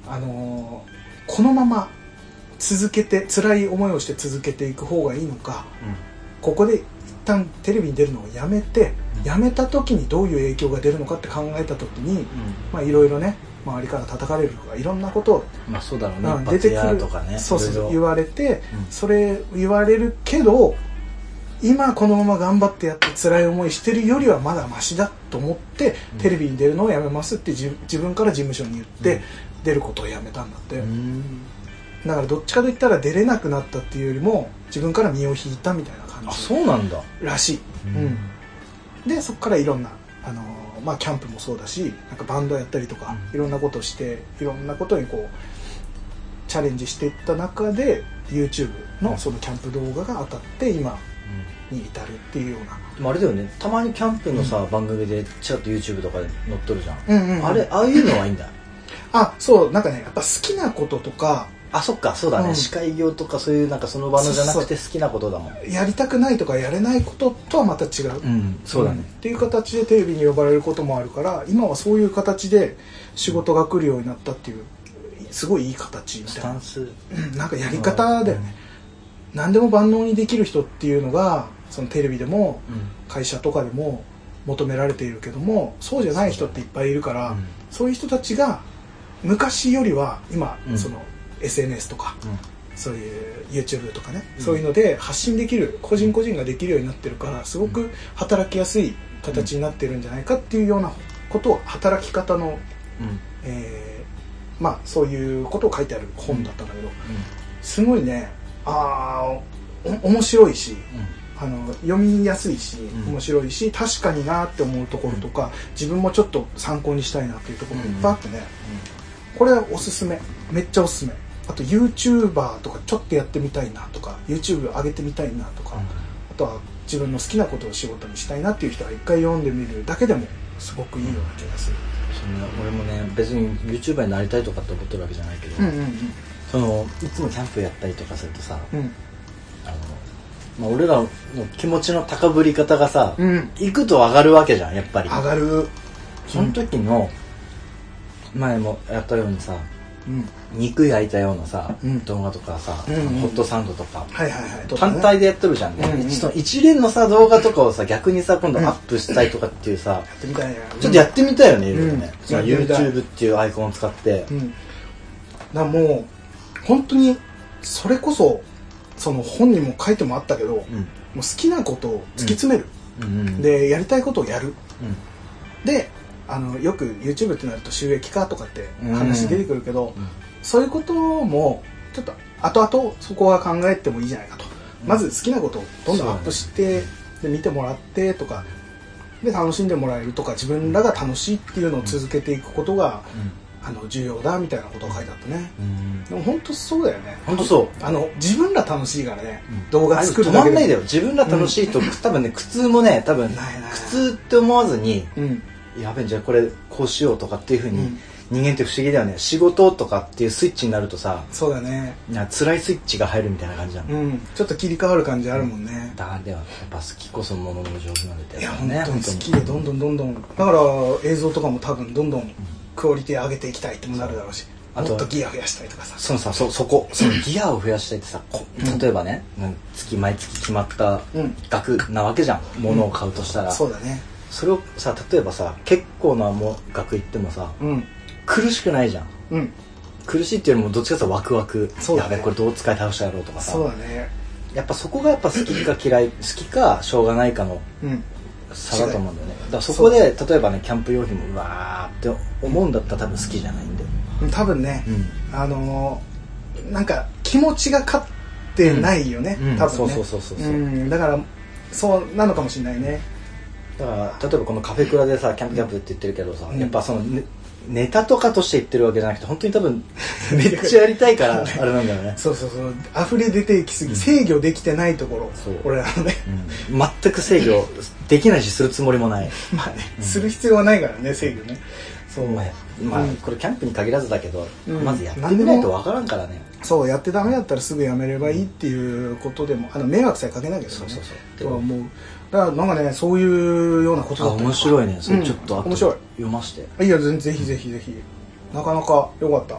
Speaker 2: うん
Speaker 1: あのーこのまま続けて辛い思いをして続けていく方がいいのかここで一旦テレビに出るのをやめて
Speaker 2: うん
Speaker 1: やめた時にどういう影響が出るのかって考えた時にまあいろいろね周りから叩かれるとかいろんなことを、
Speaker 2: まあそうだろうね
Speaker 1: うん
Speaker 2: 一
Speaker 1: 出て
Speaker 2: 発
Speaker 1: く
Speaker 2: 屋
Speaker 1: る
Speaker 2: とかね
Speaker 1: そうそう
Speaker 2: いろい
Speaker 1: 言
Speaker 2: ろ
Speaker 1: われて、
Speaker 2: うん
Speaker 1: それ言われるけど今このまま頑張ってやって辛い思いしてるよりはまだマシだと思って、
Speaker 2: うん
Speaker 1: テレビに出るのをやめますって自自分から事務所に言って、
Speaker 2: うん
Speaker 1: 出ることをやめたんだって、
Speaker 2: うん
Speaker 1: だからどっちかといったら出れなくなったっていうよりも自分から身を引いたみたいな感
Speaker 2: あ
Speaker 1: じ
Speaker 2: そうなんだ
Speaker 1: らしい、うんでそこからいろんな、あのーまあ、キャンプもそうだしなんかバンドやったりとか、
Speaker 2: うん
Speaker 1: いろんなことをしていろんなことにこうチャレンジしていった中で YouTube
Speaker 2: う
Speaker 1: の
Speaker 2: ん
Speaker 1: そのキャンプ動画が当たって今に至るっていうような、
Speaker 2: でもあれだよねたまにキャンプのさ番組でちらっと YouTube とかで載っとるじゃん
Speaker 1: うんうんうん
Speaker 2: あれああいうのはいいんだ
Speaker 1: あそうなんかねやっぱ好きなこととか
Speaker 2: あそっかそうだ
Speaker 1: う
Speaker 2: ね
Speaker 1: ん
Speaker 2: 司会業とかそういうなんかその場のじゃなくて好きなことだもん
Speaker 1: やりたくないとかやれないこととはまた違う、
Speaker 2: ん
Speaker 1: んっていう形でテレビに呼ばれることもあるから今はそういう形で仕事が来るようになったっていうすごいいい形みた
Speaker 2: ス
Speaker 1: いな
Speaker 2: タンス
Speaker 1: うんなんかやり方だよね、何でも万能にできる人っていうのがそのテレビでも
Speaker 2: うん
Speaker 1: 会社とかでも求められているけどもそうじゃない人っていっぱいいるから、
Speaker 2: うん
Speaker 1: そういう人たちが昔よりは今、
Speaker 2: うん
Speaker 1: その SNS とか
Speaker 2: うん
Speaker 1: そういう YouTube とかね、
Speaker 2: うん
Speaker 1: そういうので発信できる個人個人ができるようになってるからすごく働きやすい形になってるんじゃないかっていうようなことを働き方の、
Speaker 2: うん
Speaker 1: えーまあそういうことを書いてある本だったんだけど、すごいねあーお面白いしあの読みやすいし
Speaker 2: うん
Speaker 1: 面白いし、確かになって思うところとか、自分もちょっと参考にしたいなっていうところがいっぱいあってね、これおすすめめっちゃおすすめあと YouTuber とかちょっとやってみたいなとか YouTube 上げてみたいなとか、あとは自分の好きなことを仕事にしたいなっていう人は一回読んでみるだけでもすごくいいような気がする、
Speaker 2: そんな俺もね別に YouTuber になりたいとかって思ってるわけじゃないけど、
Speaker 1: うん、うん
Speaker 2: そのいつもキャンプやったりとかするとさ、
Speaker 1: うんうん
Speaker 2: あのまあ、俺らの気持ちの高ぶり方がさ、
Speaker 1: うん
Speaker 2: 行くと上がるわけじゃんやっぱり
Speaker 1: 上がるうん
Speaker 2: その時の前もやったようにさ肉焼いたようなさ、
Speaker 1: うん
Speaker 2: 動画とかさ、
Speaker 1: うんうん
Speaker 2: ホットサンドとか、
Speaker 1: はいはいはい
Speaker 2: 単体でやってるじゃんね、
Speaker 1: うんうん
Speaker 2: その一連のさ動画とかをさ逆にさ今度アップしたいとかっていうさ、
Speaker 1: やってみたいな
Speaker 2: ちょっとやってみたいよね、いろいろね
Speaker 1: うん
Speaker 2: その
Speaker 1: やってみたい
Speaker 2: YouTube っていうアイコンを使って
Speaker 1: う、ん、だからもう本当にそれこそその本にも書いてもあったけど、もう
Speaker 2: う
Speaker 1: 好
Speaker 2: ん
Speaker 1: きなことを突き詰める、
Speaker 2: うんうん
Speaker 1: でやりたいことをやる
Speaker 2: うん
Speaker 1: であのよく YouTube ってなると収益化とかって話出てくるけど、
Speaker 2: うん
Speaker 1: そういうこともちょっと後々そこは考えてもいいじゃないかと、
Speaker 2: うん
Speaker 1: まず好きなことをどんどんアップして、で見てもらってとかで楽しんでもらえるとか自分らが楽しいっていうのを続けていくことが、あの重要だみたいなことが書いてあったね、
Speaker 2: うん
Speaker 1: でも本当そうだよね
Speaker 2: 本当そう
Speaker 1: あの自分ら楽しいからね、
Speaker 2: うん
Speaker 1: 動画作る
Speaker 2: 止
Speaker 1: だ
Speaker 2: ま
Speaker 1: け
Speaker 2: んない
Speaker 1: で
Speaker 2: だよ自分ら楽しいと、多分ね苦痛もね多分
Speaker 1: ないない
Speaker 2: 苦痛って思わずに
Speaker 1: うん
Speaker 2: やべえじゃあこれこうしようとかっていうふうに、
Speaker 1: うん
Speaker 2: 人間って不思議だよね仕事とかっていうスイッチになるとさ
Speaker 1: そうだね
Speaker 2: な辛いスイッチが入るみたいな感じなの、
Speaker 1: うんちょっと切り替わる感じあるもんね、
Speaker 2: だからではやっぱ好きこそものの上手なんだって
Speaker 1: いや
Speaker 2: つ
Speaker 1: 本
Speaker 2: だ
Speaker 1: 当に好きでどんどんどんどんだから映像とかも多分どんどんクオリティ上げていきたいってもなるだろうし
Speaker 2: あ
Speaker 1: も
Speaker 2: と
Speaker 1: っとギア増やしたいとかさ
Speaker 2: そのさそそこそのギアを増やしたいってさこ
Speaker 1: うん
Speaker 2: 例えばね、うん月毎月決まった
Speaker 1: うん
Speaker 2: 額なわけじゃん、物を買うとしたら、
Speaker 1: そうだね
Speaker 2: それをさ例えばさ結構なもう額いってもさ
Speaker 1: うん
Speaker 2: 苦しくないじゃん
Speaker 1: うん
Speaker 2: 苦しいっていうよりもどっちかっていうとワクワク、
Speaker 1: そうだ
Speaker 2: や
Speaker 1: ね
Speaker 2: べこれどう使い倒してやろうとかさ
Speaker 1: そうだね
Speaker 2: やっぱそこがやっぱ好きか嫌い好きかしょうがないかの
Speaker 1: うん
Speaker 2: 差だと思うんだよねだからそこで例えばねキャンプ用品もうわーって思うんだったら多分好きじゃないんで
Speaker 1: 多分ね、
Speaker 2: う
Speaker 1: あのーなんか気持ちが勝ってないよね、
Speaker 2: うんうん
Speaker 1: 多分ね
Speaker 2: そうそうそうそうそうん
Speaker 1: だからそうなのかもしれないね
Speaker 2: だから例えばこのカフェクラでさキャンプキャンプって言ってるけどさ、
Speaker 1: うん
Speaker 2: やっぱそのねネタとかとして言ってるわけじゃなくて本当に多 分めっちゃやりたいからあれなんだよね、
Speaker 1: そうそうそう溢れ出てきすぎ、制御できてないところ
Speaker 2: そう
Speaker 1: 俺らのね
Speaker 2: うん全く制御できないしするつもりもない
Speaker 1: まあね、する必要はないからね制御ねそう、
Speaker 2: まあ、まあ
Speaker 1: うん
Speaker 2: これキャンプに限らずだけど、
Speaker 1: うん
Speaker 2: まずやってみないとわからんからね
Speaker 1: そうやってダメだったらすぐやめればいいっていうことでもあの迷惑さえかけなきゃ
Speaker 2: そうそうそう
Speaker 1: とは思うだからなんかねそういうようなこと
Speaker 2: あ
Speaker 1: だった
Speaker 2: 面白いねそれ
Speaker 1: うん
Speaker 2: ちょっと後で
Speaker 1: 面白い
Speaker 2: 読まして
Speaker 1: いいやぜぜひぜひぜひなかなか良かった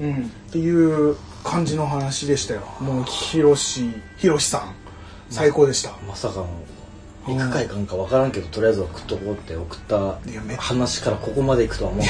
Speaker 1: うん、っていう感じの話でしたよもうひろしひろしさん最高でした、
Speaker 2: まさかの行くか行かんかわからんけどとりあえず送っとこうって送った
Speaker 1: いやめ
Speaker 2: 話からここまで行くとは思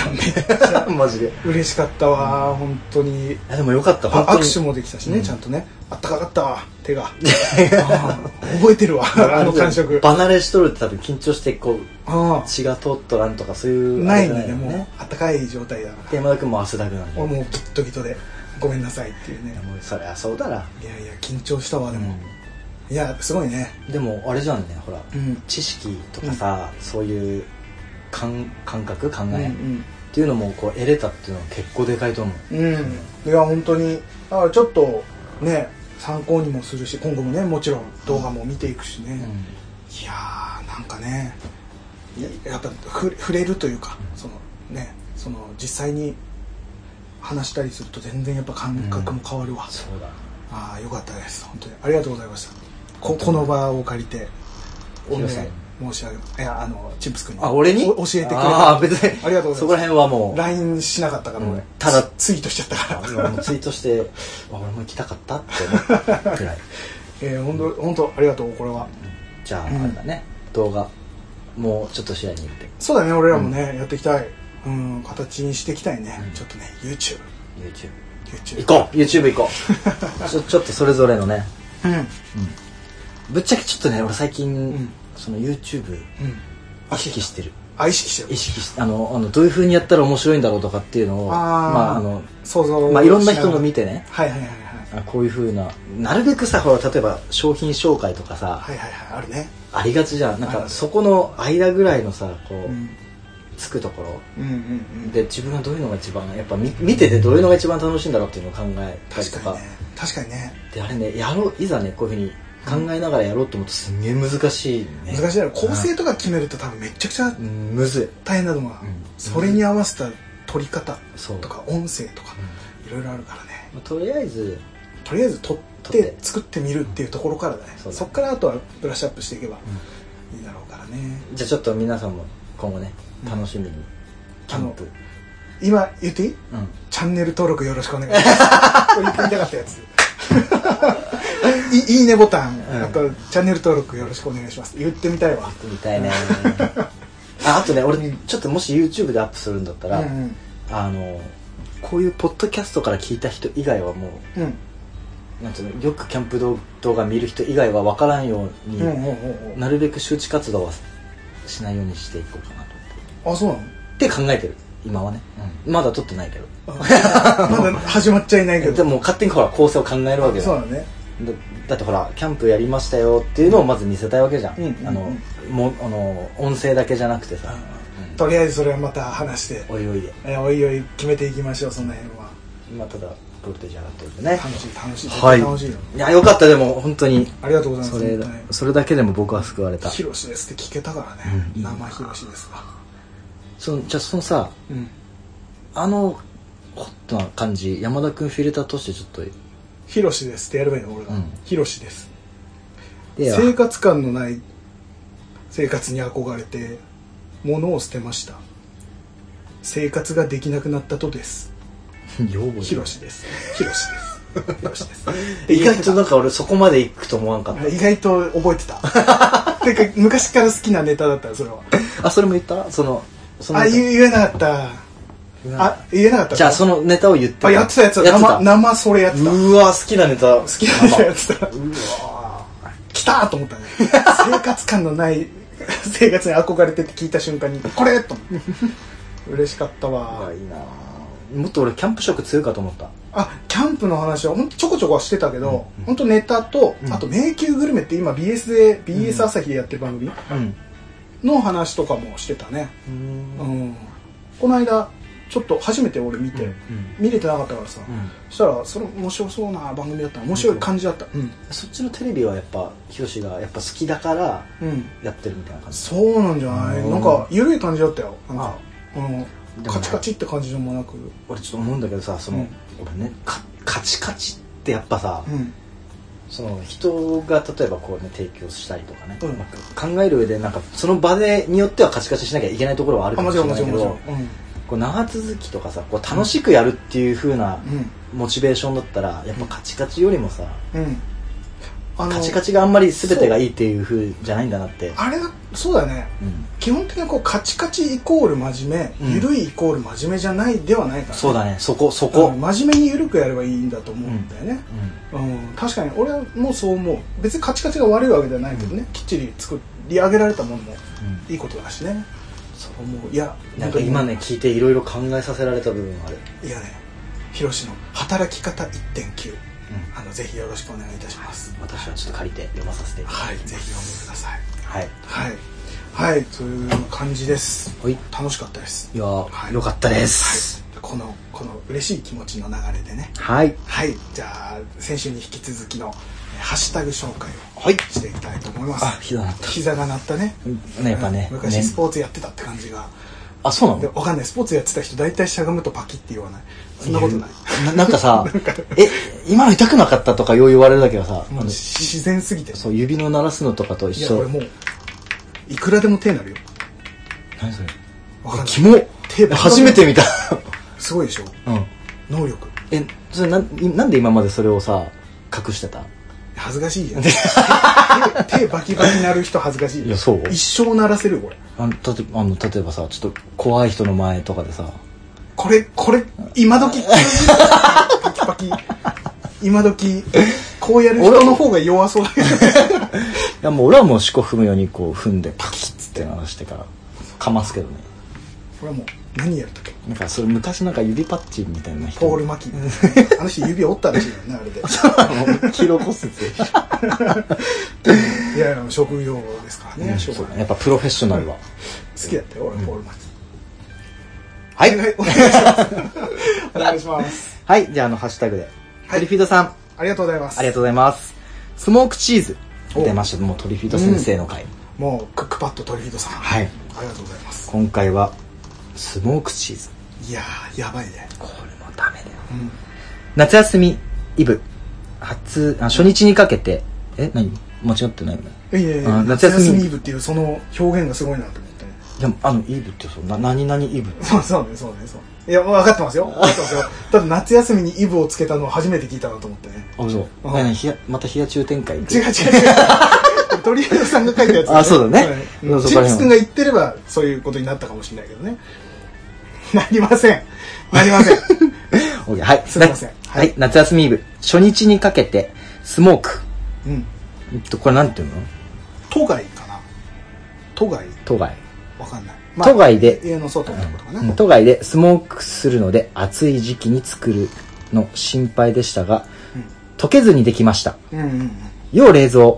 Speaker 2: うマジで
Speaker 1: 嬉しかったわ、本当に
Speaker 2: いやでもよかった
Speaker 1: あ
Speaker 2: 本当に
Speaker 1: 握手もできたしね、ちゃんとねあったかかったわ手 があー覚えてるわあの感触
Speaker 2: 離れしとるって多分緊張してこう
Speaker 1: あ
Speaker 2: 血が通っとらんとかそうい
Speaker 1: ー
Speaker 2: う
Speaker 1: ないんだね
Speaker 2: あれじゃ
Speaker 1: もうあったかい状態だから
Speaker 2: で山田君も汗だくなんで
Speaker 1: 俺もうギットギトでごめんなさいっていうね
Speaker 2: もうそりゃそうだら
Speaker 1: いやいや緊張したわでも、いやすごいね
Speaker 2: でもあれじゃんねほら、
Speaker 1: うん
Speaker 2: 知識とかさ、そういう感感覚考え、
Speaker 1: う
Speaker 2: っ
Speaker 1: ん
Speaker 2: ていうのもこう得れたっていうのは結構でかいと思う
Speaker 1: うん、いや本当にだからちょっとね参考にもするし今後もねもちろん動画も見ていくしね、いやーなんかねいやっぱふ触れるというかそのねその実際に話したりすると全然やっぱ感覚も変わるわ、
Speaker 2: そうだ
Speaker 1: ああよかったです本当にありがとうございましたここの場を借りてお
Speaker 2: 広瀬
Speaker 1: 礼申し上げますいやあのチップス君に
Speaker 2: あ俺に
Speaker 1: お教えてくれ
Speaker 2: あ
Speaker 1: た
Speaker 2: あ別に
Speaker 1: ありがとうございます
Speaker 2: そこら辺はもう
Speaker 1: LINE しなかったから俺、
Speaker 2: うんただ
Speaker 1: ツイートしちゃったから
Speaker 2: あもうツイートして あ俺も行きたかったって思うくらい
Speaker 1: えー、本当本当ありがとうこれは
Speaker 2: じゃあ、
Speaker 1: うん
Speaker 2: あれだね動画もうちょっと試合に行って
Speaker 1: そうだね俺らもね、やっていきたいうん形にしていきたいね、
Speaker 2: うん
Speaker 1: ちょっとね YouTube
Speaker 2: YouTube
Speaker 1: YouTube
Speaker 2: 行こう YouTube 行こ うちょちょっとそれぞれのね
Speaker 1: ううんうん
Speaker 2: ぶっちゃけちょっとね俺最近、
Speaker 1: ん
Speaker 2: その YouTube 意識してる
Speaker 1: あ意識して
Speaker 2: 意
Speaker 1: る
Speaker 2: 識しあのあのどういう風にやったら面白いんだろうとかっていうのを
Speaker 1: あー
Speaker 2: まああの
Speaker 1: 想像
Speaker 2: まあいろんな人の見
Speaker 1: て
Speaker 2: てね
Speaker 1: はいはいはいはい
Speaker 2: あこういう風ななるべくさほら例えば商品紹介とかさ、
Speaker 1: はいはいはいあるね
Speaker 2: ありがちじゃんなん
Speaker 1: は
Speaker 2: か
Speaker 1: い
Speaker 2: そこの間ぐらいのさこう、
Speaker 1: うん
Speaker 2: つくところ
Speaker 1: うんうんうん
Speaker 2: で自分がどういうのが一番やっぱ見見ててどういうのが一番楽しいんだろうっていうのを考えたりと
Speaker 1: 確
Speaker 2: か
Speaker 1: かにね確かにね
Speaker 2: であれねやろういざねこういう風に考えながらやろうと思うとすんげえ難しいね
Speaker 1: 難しいだろ構
Speaker 2: う
Speaker 1: 成
Speaker 2: ん
Speaker 1: とか決めると多分めちゃくちゃ
Speaker 2: うんむずい
Speaker 1: 大変だと思うな、
Speaker 2: うん
Speaker 1: それに合わせた撮り方
Speaker 2: そう
Speaker 1: とか音声とかいろいろあるからね
Speaker 2: まあとりあえず
Speaker 1: とりあえず撮っ
Speaker 2: 撮って
Speaker 1: て作ってみるっていうところからだね
Speaker 2: そうだね
Speaker 1: そっからあとはブラッシュアップしていけばいいだろうからね
Speaker 2: じゃあちょっと皆さんも今後ね楽しみにキャンプ
Speaker 1: 今言っていい
Speaker 2: うん
Speaker 1: チャンネル登録よろしくお願いしますこれ言ってみたかったやつい いいねボタン、
Speaker 2: うん
Speaker 1: あとチャンネル登録よろしくお願いします言ってみたいわ
Speaker 2: みた いねああとね俺ちょっともし YouTube でアップするんだった
Speaker 1: うん
Speaker 2: ら、
Speaker 1: うん
Speaker 2: あのこういうポッドキャストから聞いた人以外はも
Speaker 1: うん
Speaker 2: うなんていうのよくキャンプ動動画見る人以外は分からんように、
Speaker 1: うんうんうんうん
Speaker 2: なるべく周知活動はしないようにしていこうかなと思って
Speaker 1: あそうな
Speaker 2: って考えてる今はね、まだ撮ってないけど
Speaker 1: のまだ始まっちゃいないけ
Speaker 2: で
Speaker 1: ど
Speaker 2: も勝手にほら構成を考えるわけよ
Speaker 1: そうなのね
Speaker 2: だだってほらキャンプやりましたよっていうのをまず見せたいわけじゃん、
Speaker 1: うんうんうん
Speaker 2: あのもあの音声だけじゃなくてさ、
Speaker 1: とりあえずそれはまた話して
Speaker 2: おいおいで、
Speaker 1: えーおいおい決めていきましょうその辺は
Speaker 2: まあ、ただボルテージ上がってるんでね
Speaker 1: 楽しい楽しい絶
Speaker 2: は
Speaker 1: 対楽しいよ、
Speaker 2: いいやよかったでも本当に
Speaker 1: ありがとうございま
Speaker 2: そ
Speaker 1: す
Speaker 2: れ
Speaker 1: 本当に
Speaker 2: それだけでも僕は救われた
Speaker 1: ヒロシですって聞けたからね、
Speaker 2: うん
Speaker 1: 生ヒロシですわ
Speaker 2: そのじゃあそのさ
Speaker 1: うん
Speaker 2: あのホットな感じ山田君フィルター通してちょっと
Speaker 1: ヒロシですってやればいいの俺が、
Speaker 2: うん
Speaker 1: ヒロシです
Speaker 2: で
Speaker 1: 生活感のない生活に憧れて物を捨てました生活ができなくなったとです
Speaker 2: 要望
Speaker 1: ヒロシですヒロシですヒロシですって
Speaker 2: 意
Speaker 1: 言っ
Speaker 2: 外
Speaker 1: て
Speaker 2: と
Speaker 1: た
Speaker 2: なんか俺そこまで行くと思わんかっ
Speaker 1: 意外と覚え てたてか昔から好きなネタだったよそれは
Speaker 2: たあそれも言ったそのその
Speaker 1: あ言え言えなかったあ言えなかった
Speaker 2: じゃあそのネタを言って
Speaker 1: あやってたやつ
Speaker 2: やって
Speaker 1: 生
Speaker 2: た
Speaker 1: 生それやってた
Speaker 2: うわ好きなネタ好
Speaker 1: 好きなやつだ
Speaker 2: うわ
Speaker 1: 来たと思ったね生活感のない生活に憧れてって聞いた瞬間に、これと思って嬉しかった
Speaker 2: あ
Speaker 1: わ
Speaker 2: あ。いいなもっと俺キャンプ色強いかと思った
Speaker 1: あ、キャンプの話はほんとちょこちょこはしてたけど
Speaker 2: うん、
Speaker 1: ほんとネタと
Speaker 2: う、ん
Speaker 1: あと迷宮グルメって今 BS で、BS 朝日でやってる番組
Speaker 2: うん
Speaker 1: の話とかもしてたね。
Speaker 2: うん
Speaker 1: うん。この間、ちょっと初めて俺見
Speaker 2: うんう
Speaker 1: て
Speaker 2: ん、
Speaker 1: 見れてなかったからさ、そしたら、それ面白そうな番組だった。面白い感じだった。うん。
Speaker 2: そっちのテレビはやっぱヒロシがやっぱ好きだから
Speaker 1: うん。
Speaker 2: やってるみたいな感じ
Speaker 1: そうなんじゃな
Speaker 2: う
Speaker 1: い
Speaker 2: ん
Speaker 1: なんか緩い感じだったよなん
Speaker 2: あ
Speaker 1: かうん
Speaker 2: でもね
Speaker 1: カチカチって感じでもなくう
Speaker 2: 俺ちょっと思うんだけどさその、
Speaker 1: うん
Speaker 2: 俺ねかカチカチってやっぱさ、
Speaker 1: ん
Speaker 2: その人が例えばこうね提供したりとかね、
Speaker 1: うん
Speaker 2: まあ考える上でなんかその場でによってはカチカチしなきゃいけないところはある
Speaker 1: あ
Speaker 2: か
Speaker 1: も
Speaker 2: も
Speaker 1: ち
Speaker 2: し
Speaker 1: ろん
Speaker 2: れ
Speaker 1: もちろん
Speaker 2: ないけ
Speaker 1: もちろ
Speaker 2: ど
Speaker 1: んうん
Speaker 2: こう長続きとかさこう楽しくやるっていう風なモチベーションだったらやっぱカチカチよりもさ、
Speaker 1: うんうんあの
Speaker 2: カチカチがあんまり全てがいいっていう風じゃないんだなって
Speaker 1: あれだそうだよね
Speaker 2: うん
Speaker 1: 基本的にこうカチカチイコール真面
Speaker 2: うん
Speaker 1: 目緩いイコール真面目じゃないではないから
Speaker 2: そう
Speaker 1: だ
Speaker 2: だねそこそこ、うん
Speaker 1: 真面目に緩くやればいいんだと思うんだよねうん確かに俺もそう思う別にカチカチが悪いわけではないけどねきっちり作り上げられたものもいいことだしねそう思ういや
Speaker 2: なんか今ね聞いていろいろ考えさせられた部分がある、
Speaker 1: いやね、ヒロシの働き方1.9、あの、ぜひよろしくお願いいたします。
Speaker 2: 私はちょっと借りて読まさせていただき
Speaker 1: はい、
Speaker 2: ます
Speaker 1: ぜひ読んでください。
Speaker 2: はい
Speaker 1: はい。はい、という感じです。
Speaker 2: ほい
Speaker 1: 楽しかったです。
Speaker 2: いやー、
Speaker 1: はい
Speaker 2: よかったで
Speaker 1: はい
Speaker 2: す。
Speaker 1: この、この嬉しい気持ちの流れでね。
Speaker 2: はい
Speaker 1: はい、じゃあ、先週に引き続きの、えーハッシュタグ紹介を
Speaker 2: はい
Speaker 1: していきたいと思います。
Speaker 2: あひどなった
Speaker 1: 膝が鳴ったね。
Speaker 2: ねやっぱね
Speaker 1: うん昔
Speaker 2: ね
Speaker 1: スポーツやってたって感じが。
Speaker 2: あそうなの
Speaker 1: で、わかんない。スポーツやってた人、大体しゃがむとパキって言わない。そんなことない。
Speaker 2: ななんかさ、え、今の痛くなかったとかよう言われるだけどさ、あ
Speaker 1: もう
Speaker 2: の
Speaker 1: 自然すぎて。
Speaker 2: そう、指の鳴らすのとかと
Speaker 1: い
Speaker 2: 一
Speaker 1: や、
Speaker 2: 緒
Speaker 1: 俺。もう、いくらでも手になるよ。
Speaker 2: 何それ
Speaker 1: わかんない
Speaker 2: キモ
Speaker 1: 手ばっかり
Speaker 2: 初めて見た。
Speaker 1: すごいでしょ
Speaker 2: うん。
Speaker 1: 能力。
Speaker 2: え、それなん、なんで今までそれをさ、隠してた
Speaker 1: 恥ずかしいじ ゃん。手手手バキバキなる人恥ずかしい。
Speaker 2: いやそう
Speaker 1: 一生鳴らせるよ、これ。
Speaker 2: あの、たとあの例えばさ、ちょっと怖い人の前とかでさ、
Speaker 1: これ、これ、今時、パキパキ。今時、こうやる人の方が弱そうだけど。
Speaker 2: いやもう俺はもう四股踏むようにこう踏んでパキッつって鳴らしてから、かますけどね。
Speaker 1: これはもう、何やるとき
Speaker 2: なんかそれ昔なんか指パッチンみたいな人。
Speaker 1: ポール巻き。あの人指折ったらしいよね、あ れで。
Speaker 2: 黄色骨折。
Speaker 1: いやいや、職業ですからね、職業。
Speaker 2: やっぱプロフェッショナルは。
Speaker 1: 好きだったよ、俺、ポール巻き。
Speaker 2: はい。
Speaker 1: はい、お願いします。お願いします。
Speaker 2: はい、じゃあ、あの、ハッシュタグで。トリフィードさん、
Speaker 1: ありがとうございます。
Speaker 2: ありがとうございます。スモークチーズ。
Speaker 1: お
Speaker 2: 出ました、もうトリフィード先生の回。
Speaker 1: もうクックパッドトリフィードさん
Speaker 2: はい
Speaker 1: ありがとうございます
Speaker 2: 今回は、スモークチーズ。
Speaker 1: いやーやばいね
Speaker 2: これもダメだよ。
Speaker 1: うん
Speaker 2: 夏休み、イブ。初、あ、初日にかけて、え、何間違ってないよね。
Speaker 1: いやいやい
Speaker 2: あ
Speaker 1: や
Speaker 2: ー
Speaker 1: 夏
Speaker 2: 夏休み
Speaker 1: 休みイブっていうその表現がすごいなと思って ね
Speaker 2: でも、あの、イブってそう、な、何々イブ。
Speaker 1: そうそうねそうねそういや分かってますよ分かってます よただ夏休みにイブをつけたのを初めて聞いたなと思ってね
Speaker 2: あ、そう。
Speaker 1: うん
Speaker 2: 何々ひやまた冷や中展開
Speaker 1: 違う違う違う トリフィードさんが書いたやつだ、
Speaker 2: あそうだね
Speaker 1: うん
Speaker 2: うんそ
Speaker 1: チ
Speaker 2: こ
Speaker 1: ッ
Speaker 2: ら辺は
Speaker 1: プス君が言ってればそういうことになったかもしれないけどね なりませんなりま せん
Speaker 2: オッケーはい。
Speaker 1: すいませんは
Speaker 2: はいい、夏休みイブ。初日にかけて、スモーク。
Speaker 1: うん
Speaker 2: えっと、これなんていうの
Speaker 1: 都外かな都外
Speaker 2: 都外。
Speaker 1: わかんない、
Speaker 2: 都外で
Speaker 1: 家の外ってことかな、
Speaker 2: うん都外でスモークするので暑い時期に作るの心配でしたが、
Speaker 1: うん
Speaker 2: 溶けずにできました。
Speaker 1: うんうんうん
Speaker 2: 要冷蔵。
Speaker 1: うん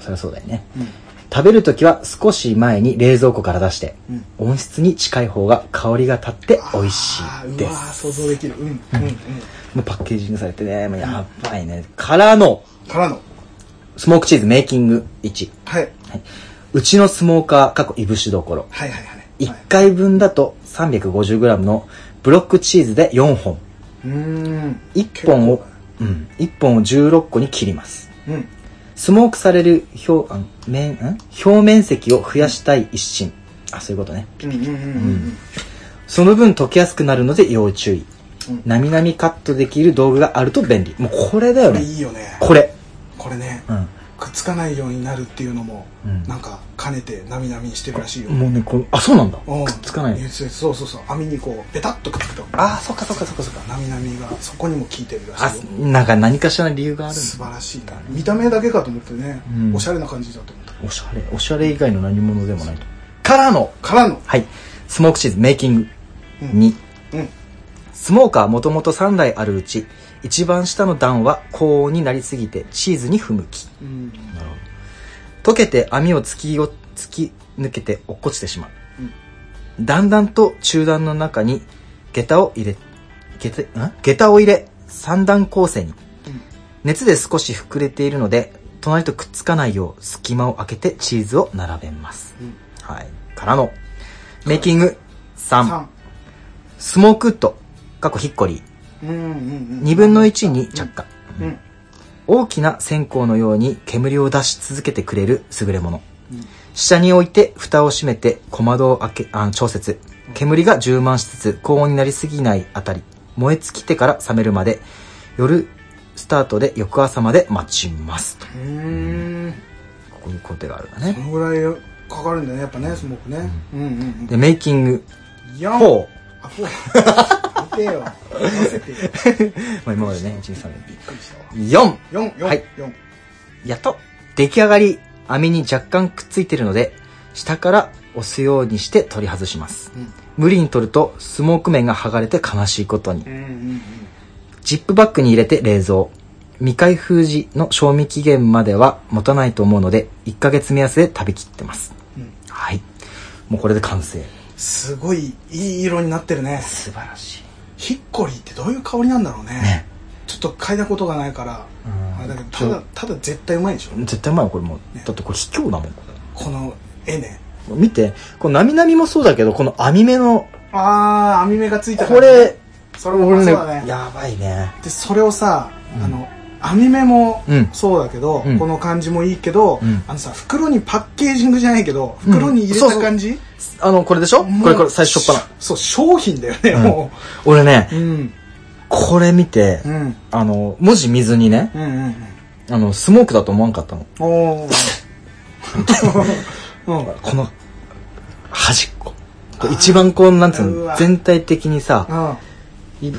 Speaker 2: そりゃそうだよね。
Speaker 1: うん
Speaker 2: 食べるときは少し前に冷蔵庫から出して、
Speaker 1: うん
Speaker 2: 温室に近い方が香りが立って美味しいで
Speaker 1: あーうわー
Speaker 2: す。
Speaker 1: 想像できるうんうんうん
Speaker 2: もうパッケージングされてね、もうやばいね。からの、
Speaker 1: からの
Speaker 2: スモークチーズメイキング1。
Speaker 1: はい
Speaker 2: はい、うちのスモーカー、過去いぶしどころ。
Speaker 1: はいはいはいはい
Speaker 2: 1回分だと 350g のブロックチーズで4本。
Speaker 1: うーん
Speaker 2: 1本を、うん、1本を16個に切ります。
Speaker 1: うん
Speaker 2: スモークされる表、あ面、ん表面積を増やしたい一心。あ、そういうことね。
Speaker 1: うんうんうんうん
Speaker 2: その分溶けやすくなるので要注意。
Speaker 1: うん
Speaker 2: なみなみカットできる道具があると便利。もうこれだよ
Speaker 1: これ
Speaker 2: ね。
Speaker 1: いいよね
Speaker 2: これ。
Speaker 1: これね
Speaker 2: うん。
Speaker 1: くっつかないようになるっていうのも
Speaker 2: うん
Speaker 1: なんか兼ねてなみなみしてるらしいよ
Speaker 2: もうね、これ、あ、そうなんだ。
Speaker 1: うん
Speaker 2: くっつかない。
Speaker 1: そうそうそう網にこうベタっとくっつくと
Speaker 2: あーそっかそっかそっかそっか
Speaker 1: なみなみがそこにも効いてるら
Speaker 2: あ
Speaker 1: しいよ、
Speaker 2: なんか何かしらの理由があるんだ
Speaker 1: 素晴らしいな見た目だけかと思ってね
Speaker 2: うん
Speaker 1: おしゃれな感じだと思った
Speaker 2: おしゃれおしゃれ以外の何物でもないとからの
Speaker 1: からの
Speaker 2: はいスモークシーズメイキング2、
Speaker 1: うん
Speaker 2: スモーカーもともと3台あるうち一番下の段は高温になりすぎてチーズに不向き
Speaker 1: うん
Speaker 2: 溶けて網を突きを突き抜けて落っこちてしまう、
Speaker 1: うん
Speaker 2: だんだんと中段の中に下駄を入れ下駄ん下駄を入れ三段構成に
Speaker 1: うん
Speaker 2: 熱で少し膨れているので隣とくっつかないよう隙間を開けてチーズを並べます、
Speaker 1: うん
Speaker 2: はいからのメイキング3
Speaker 1: 三
Speaker 2: スモークウッド過去ヒッコリー
Speaker 1: うんうんうん
Speaker 2: 2分の1に着火、
Speaker 1: うんうん
Speaker 2: 大きな線香のように煙を出し続けてくれる優れもの
Speaker 1: うん
Speaker 2: 下に置いて蓋を閉めて小窓を開けあ調節煙が充満しつつ高温になりすぎないあたり燃え尽きてから冷めるまで夜スタートで翌朝まで待ちますと
Speaker 1: うーん
Speaker 2: ここに工程があるんだ
Speaker 1: こ
Speaker 2: ね
Speaker 1: のぐらいかかるんだねやっぱねスモークねうんうんうん
Speaker 2: でメイキング
Speaker 1: 4
Speaker 2: 4、
Speaker 1: あ4見てよ合わせてよ
Speaker 2: まあ、今までね123
Speaker 1: びっくりしたわ
Speaker 2: 4
Speaker 1: 4 4
Speaker 2: はい
Speaker 1: 4
Speaker 2: やっと出来上がり網に若干くっついてるので下から押すようにして取り外します
Speaker 1: うん
Speaker 2: 無理に取るとスモーク面が剥がれて悲しいことに
Speaker 1: うんうん
Speaker 2: ジップバッグに入れて冷蔵未開封時の賞味期限までは持たないと思うので1ヶ月目安で食べきってます
Speaker 1: うんうん
Speaker 2: はいもうこれで完成
Speaker 1: すごいいい色になってるね
Speaker 2: 素晴らし
Speaker 1: ヒッコリーってどういう香りなんだろうね
Speaker 2: ね
Speaker 1: ちょっと嗅いだことがないから
Speaker 2: うん
Speaker 1: あれだけどただただ絶対うまいでしょ
Speaker 2: い絶対うまいよこれもう
Speaker 1: ね
Speaker 2: だってこれ卑怯だもんこ
Speaker 1: この絵ね
Speaker 2: れ見てこのなみなみもそうだけどこの網目の
Speaker 1: ああ網目がついた
Speaker 2: こ
Speaker 1: 感じ
Speaker 2: れ
Speaker 1: それもそうだね
Speaker 2: やばいね
Speaker 1: でそれをさ、
Speaker 2: うん
Speaker 1: あの網目も
Speaker 2: うん
Speaker 1: そうだけど、
Speaker 2: うん
Speaker 1: この感じもいいけど、
Speaker 2: うん
Speaker 1: あのさ袋にパッケージングじゃないけど袋に入れた感じ、
Speaker 2: あのこれでしょ
Speaker 1: もう
Speaker 2: これこれ最初っ端
Speaker 1: そう商品だよね、
Speaker 2: うん
Speaker 1: も
Speaker 2: 俺ね
Speaker 1: ううん
Speaker 2: これ見て
Speaker 1: うんうん
Speaker 2: あの文字見ずにね
Speaker 1: うんうん
Speaker 2: あのスモークだと思わんかったの
Speaker 1: お ーうんうん
Speaker 2: この端っこ一番こうなんつう
Speaker 1: う
Speaker 2: の
Speaker 1: わ
Speaker 2: 全体的にさいぶ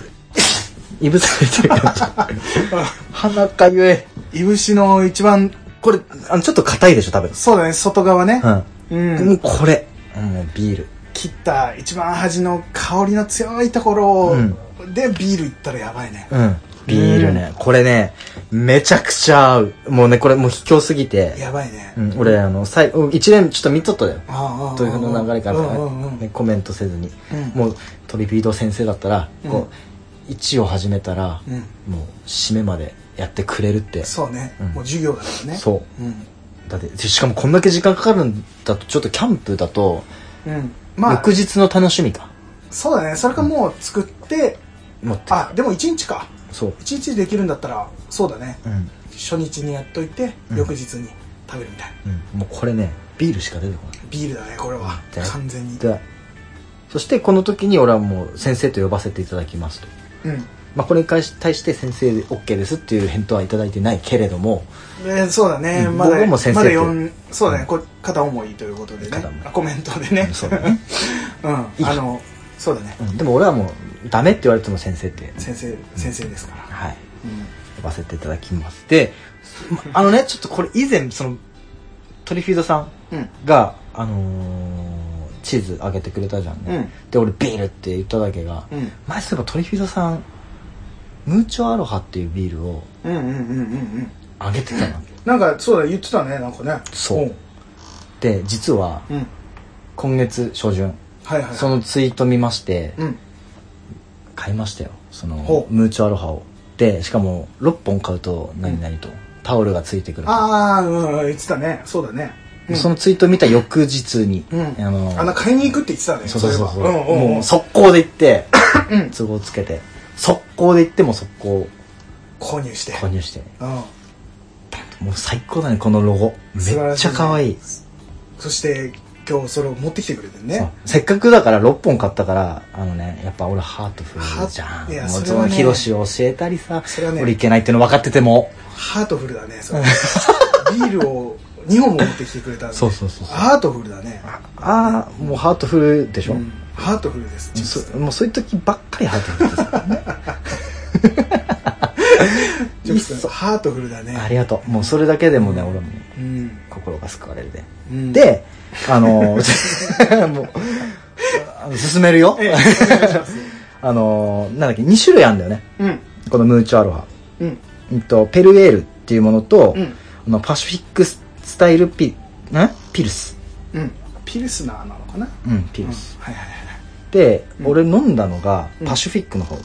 Speaker 2: いぶされて る感じ鼻かゆい
Speaker 1: いぶしの一番
Speaker 2: これあのちょっと硬いでしょ多分
Speaker 1: そうだね外側ね、うん
Speaker 2: うんこれ、うん、ビール
Speaker 1: 切った一番端の香りの強いところを、
Speaker 2: うん
Speaker 1: でビールいったらやばいね
Speaker 2: うんビールね、これねめちゃくちゃ合うもうねこれもう卑怯すぎて、
Speaker 1: やばいね、
Speaker 2: うん、俺あの最後一年ちょっと見とったよ
Speaker 1: ああ
Speaker 2: という風の流れから、
Speaker 1: うんうんうん
Speaker 2: ね、コメントせずに、
Speaker 1: うん
Speaker 2: もうトリフィード先生だったら、こう1を始めたら、
Speaker 1: うん
Speaker 2: もう締めまでやってくれるって
Speaker 1: そうね、
Speaker 2: うん
Speaker 1: もう授業だからね
Speaker 2: そう
Speaker 1: うん、
Speaker 2: だってしかもこんだけ時間かかるんだとちょっとキャンプだと、
Speaker 1: うん、まあ
Speaker 2: 翌日の楽しみか
Speaker 1: そうだねそれかもう作って
Speaker 2: 持って
Speaker 1: あでも1日か
Speaker 2: そう、
Speaker 1: 1日できるんだったらそうだね
Speaker 2: うん
Speaker 1: 初日にやっといて
Speaker 2: うん
Speaker 1: 翌日に食べるみたいな、
Speaker 2: うん、もうこれねビールしか出てこない
Speaker 1: ビールだねこれは
Speaker 2: で
Speaker 1: 完全に
Speaker 2: でそしてこの時に俺はもう先生と呼ばせていただきますと、
Speaker 1: うん
Speaker 2: まあ、これに対し対して先生で OK ですっていう返答はいただいてないけれども
Speaker 1: でそうだね、
Speaker 2: うん
Speaker 1: まだ
Speaker 2: 僕も先生
Speaker 1: まだ
Speaker 2: と
Speaker 1: 4そうだね、
Speaker 2: うん
Speaker 1: これ片思いということでね
Speaker 2: 片思い
Speaker 1: あコメントでね
Speaker 2: そうだね
Speaker 1: うん
Speaker 2: いい
Speaker 1: あのそうだね
Speaker 2: うんでも俺はもうダメって言われても先生って
Speaker 1: 先生先生ですから、
Speaker 2: はい
Speaker 1: うん
Speaker 2: 呼ばせていただきますでまあのねちょっとこれ以前そのトリフィードさん
Speaker 1: うん
Speaker 2: が、あのーチーズあげてくれたじゃんね、
Speaker 1: う
Speaker 2: で俺ビールって言っただけが、
Speaker 1: うん
Speaker 2: 前そういえばトリフィードさんムーチョアロハっていうビールを
Speaker 1: うんうんうんうんうん
Speaker 2: あげてたな
Speaker 1: なんかそうだ言ってたねなんかね
Speaker 2: そうで実は
Speaker 1: うん、うん、
Speaker 2: 今月初旬
Speaker 1: はいはい
Speaker 2: そのツイート見まして
Speaker 1: うん
Speaker 2: 買いましたよその
Speaker 1: ほう
Speaker 2: ムーチョアロハをでしかも6本買うと何々と、タオルがついてくる
Speaker 1: ああうん言ってたねそうだねうん
Speaker 2: そのツイート見た翌日に、
Speaker 1: うん
Speaker 2: あの
Speaker 1: あの買いに行くって言ってたね
Speaker 2: そうそうそうそう
Speaker 1: いえばんうんうん
Speaker 2: もう速攻で行って都合つけて速攻で行っても速攻
Speaker 1: 購入して
Speaker 2: 購入して
Speaker 1: うん
Speaker 2: もう最高だねこのロゴ
Speaker 1: 素晴
Speaker 2: めっ
Speaker 1: らし
Speaker 2: ち
Speaker 1: い
Speaker 2: ゃ
Speaker 1: ね
Speaker 2: 可愛い
Speaker 1: そして今日それを持ってきてくれて
Speaker 2: そう
Speaker 1: ね
Speaker 2: せっかくだから6本買ったからあのねやっぱ俺ハートフルじ
Speaker 1: ハー
Speaker 2: ゃん
Speaker 1: トいや
Speaker 2: もう
Speaker 1: それ
Speaker 2: そ
Speaker 1: は
Speaker 2: の
Speaker 1: ね
Speaker 2: ヒロシを教えたりさ、
Speaker 1: それはね
Speaker 2: 俺いけないっていうの分かってても
Speaker 1: ハートフルだねそれ ビールを2本も持ってきてくれたんで
Speaker 2: そうそうそうそう
Speaker 1: ハートフルだね
Speaker 2: ああもうハートフルでしょ、
Speaker 1: うんハートフルです
Speaker 2: そもうそういう時ばっかりハートフ ルですからね
Speaker 1: ジョブズさんハートフルだね
Speaker 2: ありがとうもうそれだけでもね俺も
Speaker 1: うん
Speaker 2: こ心が救われるで。
Speaker 1: うん
Speaker 2: で、あの ーもう、あの進めるよ。
Speaker 1: ええお願いします
Speaker 2: あのーなんだっけ、2種類あるんだよね。
Speaker 1: うん
Speaker 2: このムーチョアロハ。
Speaker 1: うん
Speaker 2: うんと、ペルエールっていうものと、
Speaker 1: うん
Speaker 2: あのパシフィックスタイルピ、んピルス。
Speaker 1: うんピルスナーなのかな
Speaker 2: うん、ピ
Speaker 1: うん
Speaker 2: ルス。
Speaker 1: はいはいはいはい
Speaker 2: で、
Speaker 1: うん
Speaker 2: 俺飲んだのが
Speaker 1: う、ん
Speaker 2: パシフィックの方。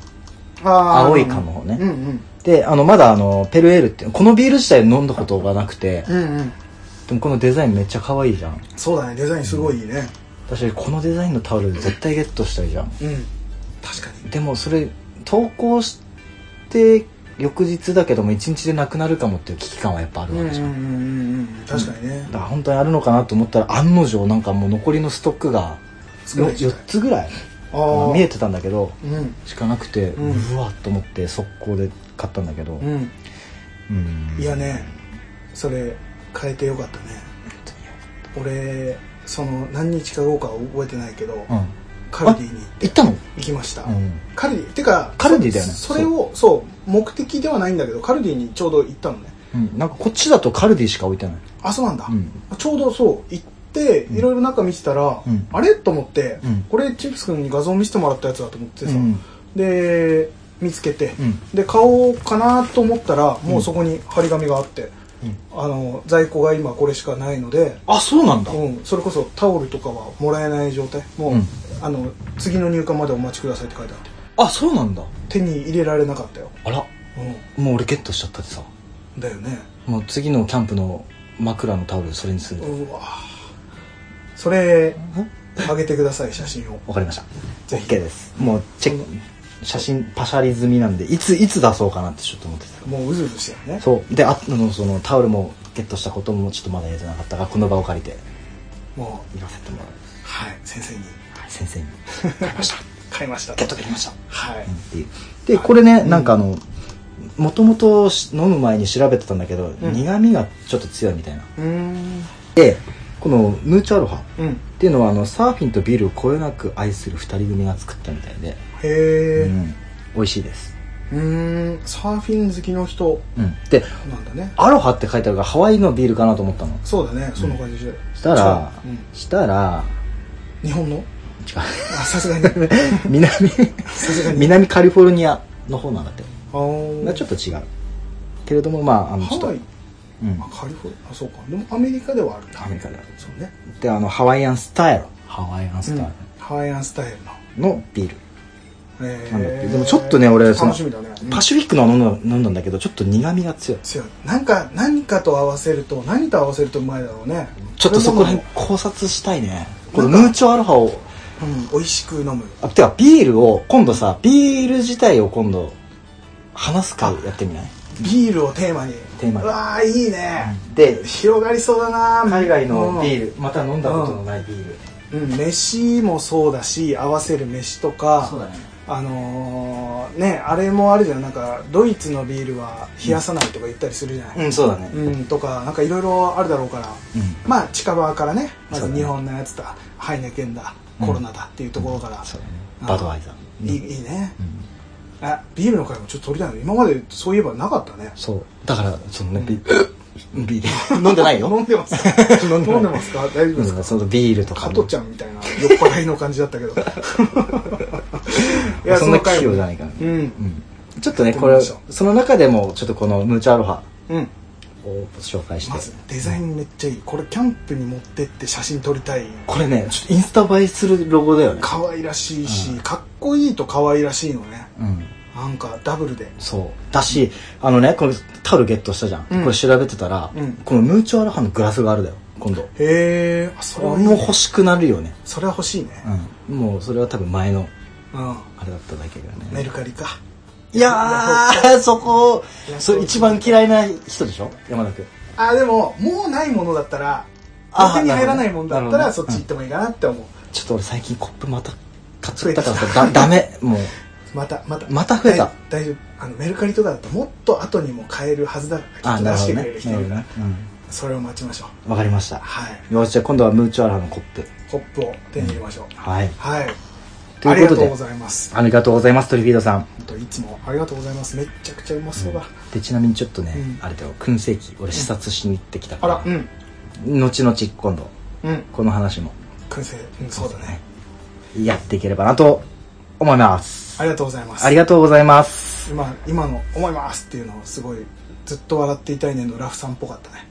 Speaker 1: あー
Speaker 2: 青い缶の方ね
Speaker 1: うんうん
Speaker 2: で、あの、まだあの、ペルエールって、このビール自体飲んだことがなくて、
Speaker 1: うんうん
Speaker 2: でもこのデザインめっちゃ可愛いじゃん。
Speaker 1: そうだねデザインすごいいいね
Speaker 2: 私、このデザインのタオル絶対ゲットしたいじゃん。
Speaker 1: うん確かに
Speaker 2: でもそれ、投稿して、翌日だけども一日でなくなるかもっていう危機感はやっぱある
Speaker 1: う
Speaker 2: わ
Speaker 1: んうん
Speaker 2: けじゃん。
Speaker 1: うんうん確かにね
Speaker 2: だから本当にあるのかなと思ったら案の定なんかもう残りのストックが
Speaker 1: 少ない状
Speaker 2: 4
Speaker 1: 態
Speaker 2: つぐらい
Speaker 1: あー
Speaker 2: 見えてたんだけど
Speaker 1: うん
Speaker 2: しかなくて、う
Speaker 1: うん
Speaker 2: わっと思って速攻で買ったんだけど、
Speaker 1: う
Speaker 2: う
Speaker 1: ん
Speaker 2: ん
Speaker 1: いやねそれ変えてよかったね俺その何日か後かは覚えてないけど
Speaker 2: うん
Speaker 1: カルディに
Speaker 2: 行ったの、
Speaker 1: 行きました、
Speaker 2: うん、
Speaker 1: カルディてか
Speaker 2: カルディだよね
Speaker 1: そそれをそう目的ではないんだけどカルディにちょうど行ったのね
Speaker 2: うん、なんかこっちだとカルディしか置いてない、
Speaker 1: あそうなんだ、
Speaker 2: うん
Speaker 1: ちょうどそう行って
Speaker 2: ん
Speaker 1: いろいろ中見てたら、
Speaker 2: うん
Speaker 1: あれと思って、
Speaker 2: うん
Speaker 1: これチップス君に画像見せてもらったやつだと思ってさ、
Speaker 2: うん
Speaker 1: で見つけて、
Speaker 2: うん
Speaker 1: で買おうかなと思ったらもうそこに張り紙があって、あの在庫が今これしかないので、
Speaker 2: あそうなんだ
Speaker 1: うん、それこそタオルとかはもらえない状態もう、
Speaker 2: うん
Speaker 1: あの次の入荷までお待ちくださいって書いてあって
Speaker 2: あそうなんだ
Speaker 1: 手に入れられなかったよ、
Speaker 2: あら
Speaker 1: う
Speaker 2: もう俺ゲットしちゃったでさ
Speaker 1: ん、だよね
Speaker 2: もう次のキャンプの枕のタオルそれにするんだ
Speaker 1: うわそれ
Speaker 2: ん
Speaker 1: あげてください写真を
Speaker 2: わかりました
Speaker 1: ぜ
Speaker 2: OK
Speaker 1: ひ
Speaker 2: ですもうチェック写真パシャリ済みなんでいついつ出そうかなってちょっと思ってた
Speaker 1: もううずうずしてるね
Speaker 2: そうでああのそのタオルもゲットしたこともちょっとまだ言えてなかったがこの場を借りて
Speaker 1: もう
Speaker 2: 言わせてもらう
Speaker 1: はい先生に
Speaker 2: はい先生に「買いました
Speaker 1: 買いました
Speaker 2: ゲットできました」
Speaker 1: はい、
Speaker 2: っていうでこれねなんかあのもともと飲む前に調べてたんだけど、
Speaker 1: ん
Speaker 2: 苦味がちょっと強いみたいな
Speaker 1: うーん
Speaker 2: でこのムーチャアロハっ
Speaker 1: うん
Speaker 2: ていうのはあのサーフィンとビールをこよなく愛する2人組が作ったみたいで、
Speaker 1: へえ
Speaker 2: う、
Speaker 1: うん
Speaker 2: 美味しいです、
Speaker 1: ーんサーフィン好きの人
Speaker 2: うん、で
Speaker 1: なんだね
Speaker 2: アロハって書いてあるからハワイのビールかなと思ったの
Speaker 1: そうだねそんな感じで、
Speaker 2: したら、
Speaker 1: うん
Speaker 2: したら
Speaker 1: 日本の
Speaker 2: 違う
Speaker 1: あさ すがにさ
Speaker 2: 南
Speaker 1: すがに
Speaker 2: 南カリフォルニアの方なんだって
Speaker 1: あー
Speaker 2: ちょっと違うけれどもまああのち
Speaker 1: ハ
Speaker 2: ょっと
Speaker 1: ワイ
Speaker 2: うん
Speaker 1: あカリフォルあそうかでもアメリカではあるんだ
Speaker 2: アメリカではある
Speaker 1: そうね
Speaker 2: であのハワイアンスタイルハワイアンス
Speaker 1: うん
Speaker 2: タイ
Speaker 1: ハワイアンスタイルの
Speaker 2: ルのビール、
Speaker 1: え
Speaker 2: なんだってでもちょっとね俺その
Speaker 1: 楽しみだねうん
Speaker 2: パシフィックのは飲んだ飲んだんだけどちょっと苦味が強い
Speaker 1: 強いなんか何かと合わせると何と合わせるとうまいだろうね
Speaker 2: ちょっとそこら辺
Speaker 1: れ
Speaker 2: 考察したいねこのムーチョアルファを
Speaker 1: ももう、うん、美味しく飲む
Speaker 2: あてかビールを今度さビール自体を今度話す会やってみない
Speaker 1: ビールをテーマに
Speaker 2: テーマに
Speaker 1: うわあいいね、
Speaker 2: で
Speaker 1: 広がりそうだな
Speaker 2: 海外のビ
Speaker 1: ル、
Speaker 2: ールまた飲んだことのないビール
Speaker 1: うんうん飯もそうだし合わせる飯とか
Speaker 2: だね
Speaker 1: あのーねあれもあるじゃんなんかドイツのビールは冷やさないとか言ったりするじゃない、
Speaker 2: うんそうだね
Speaker 1: うんとかなんかいろいろあるだろうから、
Speaker 2: うん
Speaker 1: まあ近場からねま
Speaker 2: そう
Speaker 1: ず
Speaker 2: だね
Speaker 1: 日本のやつだハイネケンだ
Speaker 2: うん
Speaker 1: コロナだっていうところから、
Speaker 2: そうだね
Speaker 1: あ
Speaker 2: バドワイザー
Speaker 1: いいいいね、あビールの会もちょっと取りたいの今までそういえばなかったね
Speaker 2: そうだからそのねビビール飲んで ないよ
Speaker 1: 飲んでます 飲んでますか大丈夫ですか、
Speaker 2: うんそのビールとか
Speaker 1: 加
Speaker 2: も
Speaker 1: トちゃんみたいな酔っ払いの感じだ ったけどい
Speaker 2: そんな器用じゃ
Speaker 1: だ
Speaker 2: ないからね
Speaker 1: うん
Speaker 2: うんちょっとね
Speaker 1: やってみ
Speaker 2: これ
Speaker 1: ましょ
Speaker 2: その中でもちょっとこのムーチャアロハ
Speaker 1: うん
Speaker 2: を紹介して、
Speaker 1: まずデザインめっちゃいいこれキャンプに持ってって写真撮りたい
Speaker 2: これねちょっとインスタ映えするロゴだよね
Speaker 1: 可愛らしいし、かっこいいと可愛らしいのね
Speaker 2: うん
Speaker 1: なんかダブルで
Speaker 2: そうだしあのねこのタオルゲットしたじゃん、
Speaker 1: うん
Speaker 2: これ調べてたら、
Speaker 1: うん
Speaker 2: このムーチョアロハのグラスがあるだよ今度
Speaker 1: へえあそれはいい
Speaker 2: もう欲しくなるよね、
Speaker 1: それは欲しいね
Speaker 2: うん、もうそれは多分前の
Speaker 1: うん、
Speaker 2: あれだっただけだよね
Speaker 1: メルカリか
Speaker 2: いやー、そこ、それ一番嫌いな人でしょ山田君。
Speaker 1: あでももうないものだったら
Speaker 2: あ
Speaker 1: 手に入らないものだったら
Speaker 2: なるほ
Speaker 1: そ
Speaker 2: ど
Speaker 1: っ
Speaker 2: ね
Speaker 1: ち行ってもいいかなって思う
Speaker 2: ちょっと俺最近コップまた買っちゃったからさ、だ、ダメ。もう、
Speaker 1: またまた
Speaker 2: また増えた
Speaker 1: 大大丈夫あのメルカリとかだともっと後にも買えるはずだから
Speaker 2: あ、
Speaker 1: きっ
Speaker 2: な
Speaker 1: と出
Speaker 2: るほ
Speaker 1: してく
Speaker 2: どね。な
Speaker 1: れる人
Speaker 2: るほど
Speaker 1: いるから、
Speaker 2: ね。
Speaker 1: それを待ちましょ
Speaker 2: うん。わかりました。
Speaker 1: はい
Speaker 2: よし、じゃあ今度はムーチョアラのコップ。
Speaker 1: うコップを手に入れましょう、
Speaker 2: はい。
Speaker 1: はい
Speaker 2: と
Speaker 1: あり
Speaker 2: いう
Speaker 1: が
Speaker 2: ことと
Speaker 1: う
Speaker 2: で
Speaker 1: ご、ざいます
Speaker 2: ありがとうございます、トリフィードさん。
Speaker 1: ほんといつもありがとうございますめっちゃくちゃうまそうだ、
Speaker 2: で、ちなみにちょっとね
Speaker 1: う、ん
Speaker 2: あれだよ、燻製器、俺視察しに行ってきた
Speaker 1: あ
Speaker 2: から
Speaker 1: らう、ん
Speaker 2: 後々今度、
Speaker 1: うん
Speaker 2: この話も
Speaker 1: 燻製、うん、そうだね
Speaker 2: やっていければなと思います。
Speaker 1: ありがとうございます
Speaker 2: ありがとうございます。
Speaker 1: 今今の「思います」っていうのをすごいずっと笑っていたいねのラフさんっぽかったね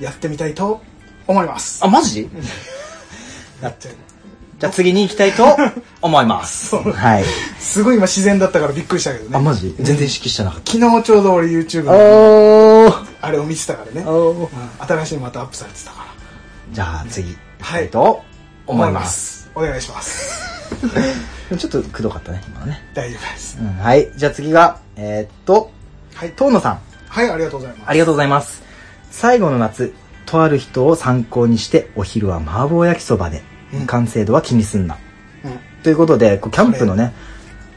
Speaker 1: やってみたいと思います
Speaker 2: あ、マジ
Speaker 1: やってる
Speaker 2: じゃあ次に行き たいと思います。
Speaker 1: そう
Speaker 2: はい。
Speaker 1: すごい今自然だったからびっくりしたけどね
Speaker 2: あ、マジ全然意識してなかっ
Speaker 1: 昨日ちょうど俺 YouTube
Speaker 2: た。
Speaker 1: の
Speaker 2: おー
Speaker 1: あれを見てたからね、うん、
Speaker 2: おー
Speaker 1: 新しいのまたアップされてたから
Speaker 2: じゃあ次行きたいと思います。
Speaker 1: お願いします
Speaker 2: ちょっとくどかったね、今のね。
Speaker 1: 大丈夫です
Speaker 2: うん、はい。じゃあ次が、えーっと、
Speaker 1: はい
Speaker 2: 遠野さん。
Speaker 1: はいありがとうございます
Speaker 2: ありがとうございます。最後の夏、とある人を参考にして、お昼は麻婆焼きそばで、
Speaker 1: うん
Speaker 2: 完成度は気にすんな。
Speaker 1: うん
Speaker 2: ということで、こうキャンプのね、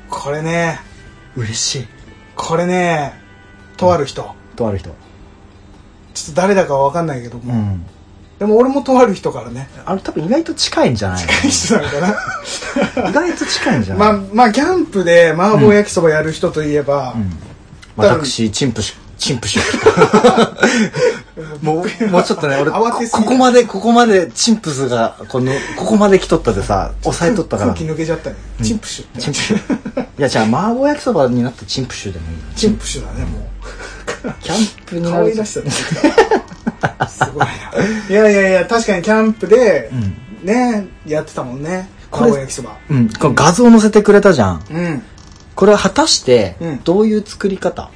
Speaker 1: これね
Speaker 2: 嬉しい。
Speaker 1: これねとある人
Speaker 2: とある人。
Speaker 1: ちょっと誰だかは分かんないけど
Speaker 2: う
Speaker 1: も、
Speaker 2: ん。
Speaker 1: でも俺もとある人からね
Speaker 2: あの、多分意外と近いんじゃな い
Speaker 1: 返してたのか な
Speaker 2: 意外と近いんじゃ
Speaker 1: ま
Speaker 2: な
Speaker 1: あ
Speaker 2: い、
Speaker 1: まあキャンプで麻婆焼きそばやる人といえば、
Speaker 2: うん私、チンプし、チンプし。もう、もうちょっとね、俺、こ
Speaker 1: 慌てすぎた
Speaker 2: ここまで、ここまで、チンプスが、この、ここまで来とったでさ、抑えとったから。
Speaker 1: 空気
Speaker 2: チン
Speaker 1: 抜けちゃったね、チンプシュって
Speaker 2: プシュ。いや、じゃあ、麻婆焼きそばになってチンプシュでもいいな。
Speaker 1: チンプシュだねも
Speaker 2: キャンプ
Speaker 1: う
Speaker 2: にな
Speaker 1: 顔
Speaker 2: る
Speaker 1: い出 したねすごいないやいやいや確かにキャンプで、
Speaker 2: う
Speaker 1: ねやってたもんね麻
Speaker 2: これ
Speaker 1: 婆焼きそば
Speaker 2: うん、この画像載せてくれたじゃん。
Speaker 1: うん
Speaker 2: これは果たして
Speaker 1: うん、
Speaker 2: どういう作り方、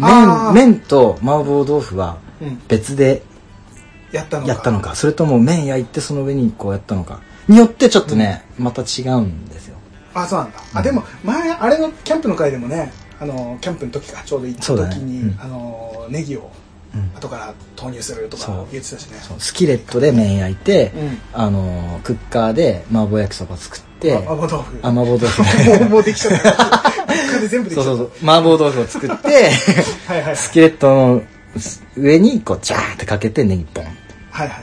Speaker 1: あー
Speaker 2: 麺、麺と麻婆豆腐は
Speaker 1: うん
Speaker 2: 別で
Speaker 1: やったのか
Speaker 2: やったのか、それとも麺焼いてその上にこうやったのか、によってちょっとね、また違うんですよ。
Speaker 1: あそうなんだ、あでも前あれのキャンプの回でもねあのキャンプの時かちょうど行った
Speaker 2: そうだね
Speaker 1: 時に、
Speaker 2: うん
Speaker 1: あのネギを
Speaker 2: うん
Speaker 1: 後から投入するとか
Speaker 2: そう
Speaker 1: 言ってたしね
Speaker 2: そうスキレットで麺焼いて、
Speaker 1: うん
Speaker 2: あのー、クッカーで麻婆焼きそば作って、
Speaker 1: 麻婆豆腐
Speaker 2: あ麻婆豆腐
Speaker 1: もうもうできちゃったこれで全部で
Speaker 2: そ
Speaker 1: きち
Speaker 2: うそ
Speaker 1: ゃ
Speaker 2: う
Speaker 1: っ
Speaker 2: そう、麻婆豆腐を作って、
Speaker 1: たはいはいはい
Speaker 2: スキレットの上にこう、ジャーってかけてネギポン。
Speaker 1: はいはいはいはい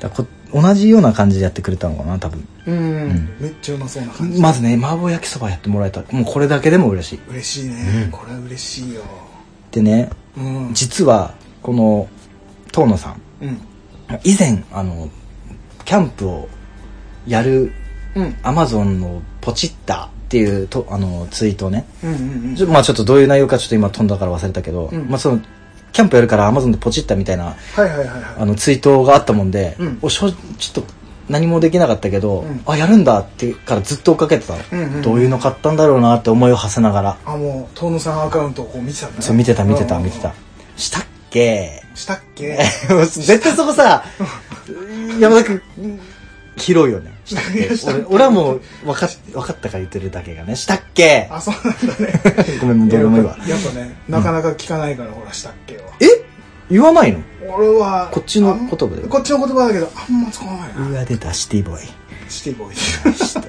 Speaker 2: だこ同じような感じでやってくれたのかな多分
Speaker 1: うん、
Speaker 2: ん
Speaker 1: めっちゃうまそうな感じ、
Speaker 2: まずね麻婆焼きそばやってもらえたらもうこれだけでも嬉しい
Speaker 1: 嬉しいね、これは嬉しいよ
Speaker 2: でね
Speaker 1: うん、うん、
Speaker 2: 実はこの遠野さん以前あのキャンプをやる
Speaker 1: うん
Speaker 2: アマゾンのポチッタっていうとあのツイートをね
Speaker 1: うんうん
Speaker 2: ちょ,、まあ、ちょっとどういう内容かちょっと今飛んだから忘れたけど、
Speaker 1: うん
Speaker 2: まあ、そのキャンプやるからアマゾンでポチッタみたいな
Speaker 1: はいはいはいは
Speaker 2: あのツイートがあったもんで、
Speaker 1: うん
Speaker 2: おしょちょっと何もできなかったけど、
Speaker 1: うん
Speaker 2: あやるんだってからずっと追っかけてたの、
Speaker 1: うんうんうん
Speaker 2: どういうの買ったんだろうなって思いを馳せながら、
Speaker 1: いあもう遠野さんアカウントをこう見てたんだね
Speaker 2: そう見てた見て
Speaker 1: うん
Speaker 2: た
Speaker 1: うんう
Speaker 2: 見
Speaker 1: ん
Speaker 2: てたしたっけ
Speaker 1: したっけ
Speaker 2: 絶対そこさ山田君拾うよねしたっけ俺俺はもう分かっ分かったから言ってるだけがねしたっけ
Speaker 1: あそうなんだね
Speaker 2: ごめん どうでもいいわ
Speaker 1: やっぱねなかなか聞かないから、ほらしたっけは
Speaker 2: え言わないの
Speaker 1: 俺は
Speaker 2: こっちの
Speaker 1: あん
Speaker 2: 言葉だよ
Speaker 1: こっちの言葉だけどあんま使わないな
Speaker 2: うわ出たシティボーイ
Speaker 1: シティボーイシ
Speaker 2: したっ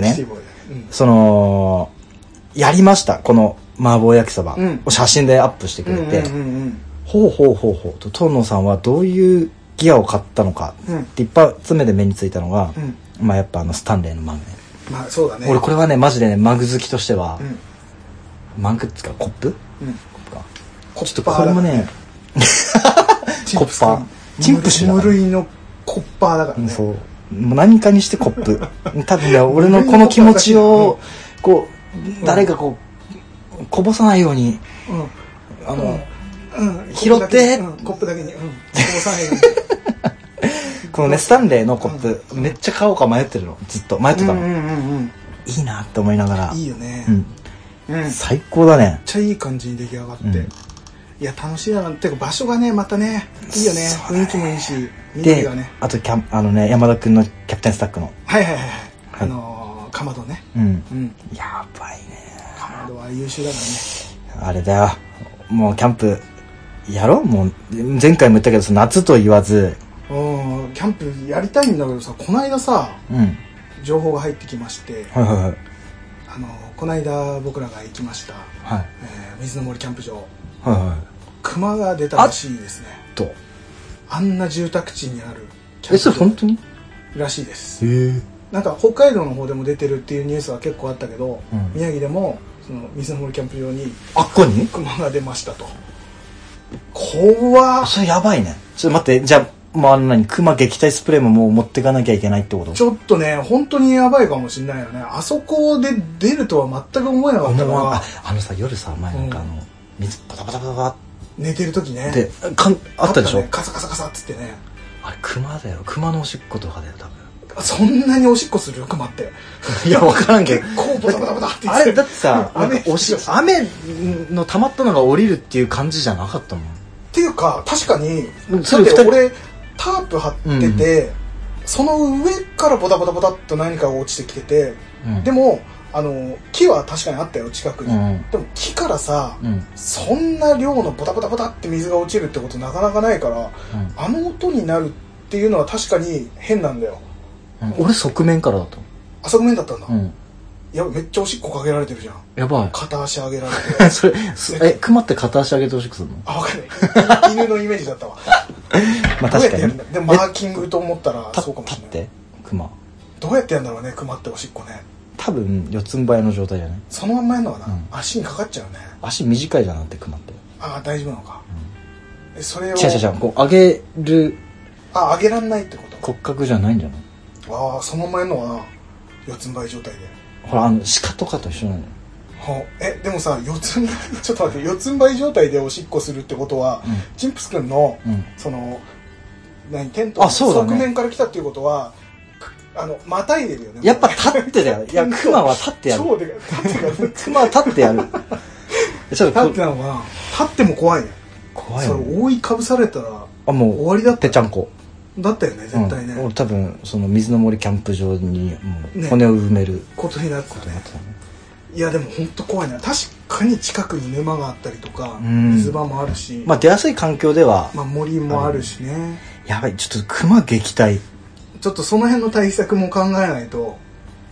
Speaker 1: テ
Speaker 2: ね
Speaker 1: ィボーイだね
Speaker 2: そのやりましたこの麻婆焼きそば
Speaker 1: うん
Speaker 2: を写真でアップしてく
Speaker 1: うん
Speaker 2: れて、
Speaker 1: うんうんうん
Speaker 2: ほうほうほうほうと東野さんはどういうギアを買ったのか
Speaker 1: うん
Speaker 2: って一発目で目についたのが、
Speaker 1: うん
Speaker 2: まあやっぱあのスタンレーのマグね
Speaker 1: まあそうだね
Speaker 2: 俺これはねマジでねマグ好きとしては
Speaker 1: う、ん
Speaker 2: マグっつうかコップ
Speaker 1: うん
Speaker 2: コップか
Speaker 1: コ
Speaker 2: ちょっとこれもね
Speaker 1: チンプス
Speaker 2: コッパーチンプスだね
Speaker 1: 無類のコッパーだからね
Speaker 2: そうもう何かにしてコップ多 分ね俺のこの気持ちをこう誰かこうこぼさないように
Speaker 1: う
Speaker 2: あの、
Speaker 1: んうん
Speaker 2: 拾って
Speaker 1: コップだけにうんコップだけにうんこぼさないよ
Speaker 2: このねスタンレーのコップ、めっちゃ買おうか迷ってるのずっと迷ってた
Speaker 1: うに
Speaker 2: の、
Speaker 1: うんうんうん
Speaker 2: いいなって思いながら
Speaker 1: うんいいよね
Speaker 2: うん、
Speaker 1: うんめっ
Speaker 2: 最高だね
Speaker 1: ちゃいい感じに出来上がって
Speaker 2: うん
Speaker 1: いや楽しいだなてか場所がねまたねいいよね
Speaker 2: そうだ
Speaker 1: 雰
Speaker 2: ね
Speaker 1: 囲気もいいし緑
Speaker 2: で
Speaker 1: がね
Speaker 2: あとキャンあのね山田君のキャプテンスタックの
Speaker 1: はいはいはいはい
Speaker 2: はい
Speaker 1: あのーかまどね
Speaker 2: うん
Speaker 1: うん
Speaker 2: やばいね
Speaker 1: かまどは優秀だからね
Speaker 2: あれだよもうキャンプやろうもう前回も言ったけどその夏と言わず
Speaker 1: うんキャンプやりたいんだけどさこの間さ
Speaker 2: うん
Speaker 1: 情報が入ってきまして
Speaker 2: はいはいはい
Speaker 1: あのーこの間僕らが行きました、
Speaker 2: はい
Speaker 1: えー水の森キャンプ場
Speaker 2: はいはい
Speaker 1: 熊が出たらしいですね
Speaker 2: と
Speaker 1: あんな住宅地にあるキ
Speaker 2: えそ
Speaker 1: ャ
Speaker 2: れ本
Speaker 1: ンプ
Speaker 2: 当に
Speaker 1: 場らしいです
Speaker 2: え
Speaker 1: なんか北海道の方でも出てるっていうニュースは結構あったけど、
Speaker 2: うん
Speaker 1: 宮城でもその水の森キャンプ場に
Speaker 2: あっこに
Speaker 1: 熊が出ましたと怖っ
Speaker 2: それやばいねちょっと待ってじゃあまあ、あの何、熊撃退スプレーももう持ってかなきゃいけないってこと
Speaker 1: ちょっとね、本当にやばいかもしんないよね。あそこで出るとは全く思えなかったか
Speaker 2: 思わん
Speaker 1: ら
Speaker 2: あ、あのさ、夜さ、前なんかあの、水パタパタパタパ
Speaker 1: 寝てる時ね
Speaker 2: タ。って、かんあったでしょ
Speaker 1: ねカサカサカサっつってね。
Speaker 2: あれ、熊だよ。熊のおしっことかだよ、多分。
Speaker 1: そんなにおしっこする熊って。
Speaker 2: いや、わからんけど
Speaker 1: 結。構ボタボタボタって言
Speaker 2: あれ、だって さ、
Speaker 1: うん
Speaker 2: なんかおし雨の溜まったのが降りるっていう感じじゃなかったもん。
Speaker 1: っていうか確かに
Speaker 2: うんそ
Speaker 1: だ
Speaker 2: れ
Speaker 1: って
Speaker 2: 二人
Speaker 1: 俺タープ張ってて、その上からボタボタボタっと何かが落ちてきてて、
Speaker 2: うん
Speaker 1: でもあの木は確かにあったよ近くに、
Speaker 2: うん
Speaker 1: でも木からさ、
Speaker 2: うん。うん。
Speaker 1: そんな量のボタボタボタって水が落ちるってことなかなかないからあの音になるっていうのは確かに変なんだよ
Speaker 2: うん俺、側面からだと。
Speaker 1: あそこ面だったんだ、
Speaker 2: うん。
Speaker 1: いやめっちゃおしっこかけられてるじゃん
Speaker 2: やばい。
Speaker 1: 片足上げられて
Speaker 2: それ、すえ、熊って片足上げてほしくするの
Speaker 1: あわかんない犬のイメージだったわ
Speaker 2: まあ
Speaker 1: どうやって
Speaker 2: 確か
Speaker 1: やる
Speaker 2: に
Speaker 1: んだ。でもマーキングと思ったら
Speaker 2: た
Speaker 1: そうかもし
Speaker 2: 立
Speaker 1: れない
Speaker 2: って、熊。
Speaker 1: どうやってやるんだろうね熊っておしっこね
Speaker 2: 多分、四つん這いの状態じゃない
Speaker 1: そのまんまやるのかな、
Speaker 2: うん
Speaker 1: 足にかかっちゃうね
Speaker 2: 足短いじゃなくて、熊って。
Speaker 1: ああ大丈夫なのか、えそれを
Speaker 2: 違う違う違う、こう、上げる
Speaker 1: あ上げらんないってこと
Speaker 2: 骨格じゃないんじゃない
Speaker 1: ああそのまんまやるのかな四つん這い状態で
Speaker 2: ほら、あの、鹿とかと一緒なのよ。
Speaker 1: ほえでもさ四つん這い ちょっと待って四つん這い状態でおしっこするってことは、
Speaker 2: う
Speaker 1: チンプス君の、
Speaker 2: ん。うん。
Speaker 1: その何テントの
Speaker 2: あそうだね
Speaker 1: 側面から来たっていうことはあのまたいでるよね
Speaker 2: やっぱ立ってだよ。 いや、熊は立ってやる。
Speaker 1: 超でかい立ってる
Speaker 2: 熊は立って やる。ちょっ
Speaker 1: 立
Speaker 2: と
Speaker 1: ってなのかな立っても怖いね
Speaker 2: こ、怖い
Speaker 1: そ
Speaker 2: よ
Speaker 1: れ
Speaker 2: ね。
Speaker 1: 覆いかぶされたら
Speaker 2: あ、もう、
Speaker 1: 終わりだった
Speaker 2: ぺちゃんこ。
Speaker 1: だったよね絶対ね、
Speaker 2: うん俺多分、その、水の森キャンプ場に、もう、
Speaker 1: ね
Speaker 2: 骨を埋める
Speaker 1: ことになって
Speaker 2: こ
Speaker 1: た
Speaker 2: とにな
Speaker 1: ね
Speaker 2: ってたね。
Speaker 1: いやでも本当怖いな確かに近くに沼があったりとか
Speaker 2: うん
Speaker 1: 水場もあるし、
Speaker 2: まあ、出やすい環境では、
Speaker 1: まあ、森もあるしね
Speaker 2: やばい、ちょっと熊撃退。
Speaker 1: ちょっとその辺の対策も考えないと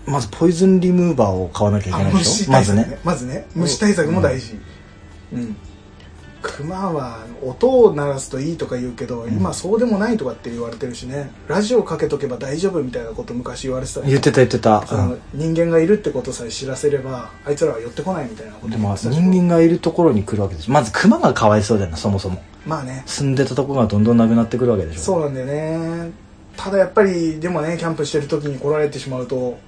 Speaker 2: まず、ポイズンリムーバーを買わなきゃいけないでしょ。ま
Speaker 1: 対
Speaker 2: ず
Speaker 1: 策
Speaker 2: ね。
Speaker 1: まずね虫対策も大事うん、熊は音を鳴らすといいとか言うけど、今そうでもないとかって言われてるしねラジオかけとけば大丈夫みたいなこと昔言われてたよね
Speaker 2: 言ってた言ってた。
Speaker 1: その人間がいるってことさえ知らせればあいつらは寄ってこないみたいなこ
Speaker 2: で
Speaker 1: と
Speaker 2: も
Speaker 1: も
Speaker 2: 人間がいるところに来るわけでしょまず熊がかわいそうだよなそもそも
Speaker 1: まあね
Speaker 2: 住んでたところがどんどんなくなってくるわけでしょ
Speaker 1: そうなんだよねただやっぱりでもねキャンプしてる時に来られてしまうと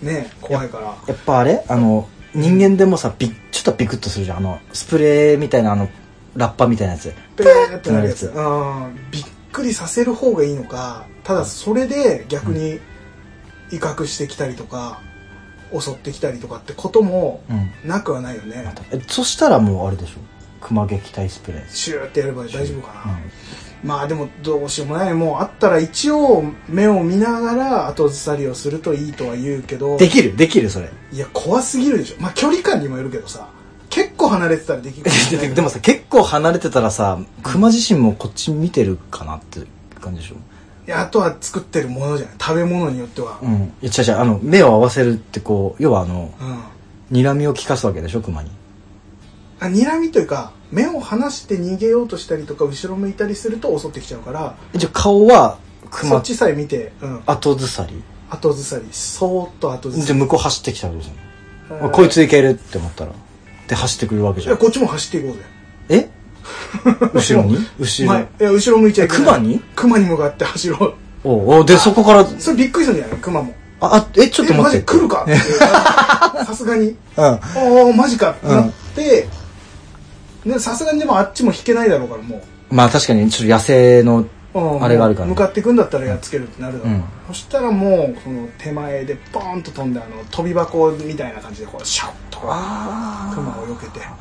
Speaker 1: ね怖いから
Speaker 2: やっぱあれあの人間でもさビちょっとビクッとするじゃんあのスプレーみたいなあのラッパみたいなやつ
Speaker 1: ペーってなるやつ
Speaker 2: ペ
Speaker 1: うんびっくりさせる方がいいのかただそれで逆に威嚇してきたりとか襲ってきたりとかってことも
Speaker 2: うん
Speaker 1: なくはないよね
Speaker 2: えそしたらもうあれでしょ熊撃退スプレー
Speaker 1: シューってやれば大丈夫かな、
Speaker 2: うん
Speaker 1: まあでもどうしようもないもうあったら一応目を見ながら後ずさりをするといいとは言うけど
Speaker 2: できるできるそれ
Speaker 1: いや怖すぎるでしょまあ距離感にもよるけどさ結構離れてたらできるかもしれないけど
Speaker 2: でもさ結構離れてたらさ熊自身もこっち見てるかなって感じでしょ
Speaker 1: いやあとは作ってるものじゃない食べ物によっては
Speaker 2: うんいや違う違うあの目を合わせるってこう要はあの
Speaker 1: うん、
Speaker 2: 睨みを利かすわけでしょ熊に
Speaker 1: あ睨みというか目を離して逃げようとしたりとか後ろ向いたりすると襲ってきちゃうから
Speaker 2: じゃあ顔は
Speaker 1: そ
Speaker 2: 熊
Speaker 1: っちさえ見て、うん、
Speaker 2: 後ずさり
Speaker 1: 後ずさりそーっと後ず
Speaker 2: じ
Speaker 1: さ
Speaker 2: ゃ
Speaker 1: り
Speaker 2: あ向こう走ってきたわけじゃん、
Speaker 1: うん
Speaker 2: こいついけるって思ったらで走ってくるわけ
Speaker 1: い
Speaker 2: じゃ
Speaker 1: や
Speaker 2: ん
Speaker 1: こっちも走っていこうぜ
Speaker 2: え後ろに後ろ
Speaker 1: 前いや後ろ向いちゃいけない
Speaker 2: 熊に
Speaker 1: 熊に向かって走ろう
Speaker 2: おうおうでそこから
Speaker 1: それびっくりするんじゃない熊も
Speaker 2: ああえちょっと
Speaker 1: えマ
Speaker 2: 待っ
Speaker 1: ジ
Speaker 2: て
Speaker 1: 来るかって いうさすがに
Speaker 2: うん
Speaker 1: おおマジかってなってねさすがにでもあっちも引けないだろうからもう
Speaker 2: まあ確かにちょっと野生の
Speaker 1: うん
Speaker 2: あれがあるからね
Speaker 1: 向かっていくんだったらやっつけるってなるだろう、
Speaker 2: うん
Speaker 1: そしたらもうその手前でボーンと飛んであの飛び箱みたいな感じでこうシャッとこう
Speaker 2: あ
Speaker 1: 熊を避けてあ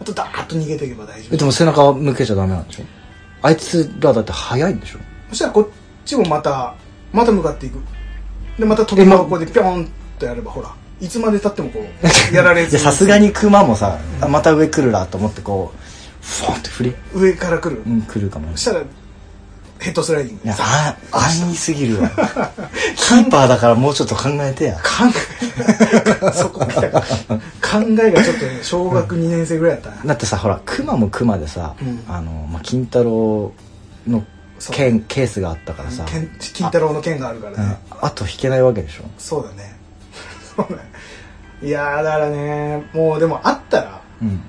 Speaker 2: あ
Speaker 1: とダーッと逃げていけば大丈
Speaker 2: えで
Speaker 1: 夫
Speaker 2: も背中は向けちゃダメなんでしょあいつらだって速いんでしょ
Speaker 1: そしたらこっちもまたまた向かっていくでまた飛び箱でピョンとやればほらいつまでたってもこうやられ
Speaker 2: い
Speaker 1: ず
Speaker 2: や
Speaker 1: に
Speaker 2: さすがに熊もさ、あまた上来るなと思ってこうフォンって振り、
Speaker 1: 上から来る、
Speaker 2: うん、来るかも
Speaker 1: そしたらヘッドスライディング
Speaker 2: いや、あ、安易すぎ るわ。キーパーだからもうちょっと考えてや。
Speaker 1: 考え そこ来たか考えがちょっとね小学2年生ぐらいだったな
Speaker 2: だってさ、ほら、熊も熊でさ、
Speaker 1: うん
Speaker 2: あの、まあ、金太郎の
Speaker 1: そう
Speaker 2: 剣、ケースがあったからさ、
Speaker 1: けん金太郎の剣があるから
Speaker 2: う
Speaker 1: ね、
Speaker 2: んあと引けないわけでしょ。
Speaker 1: そうだねそうだねいやーだからねもうでもあったら
Speaker 2: うん。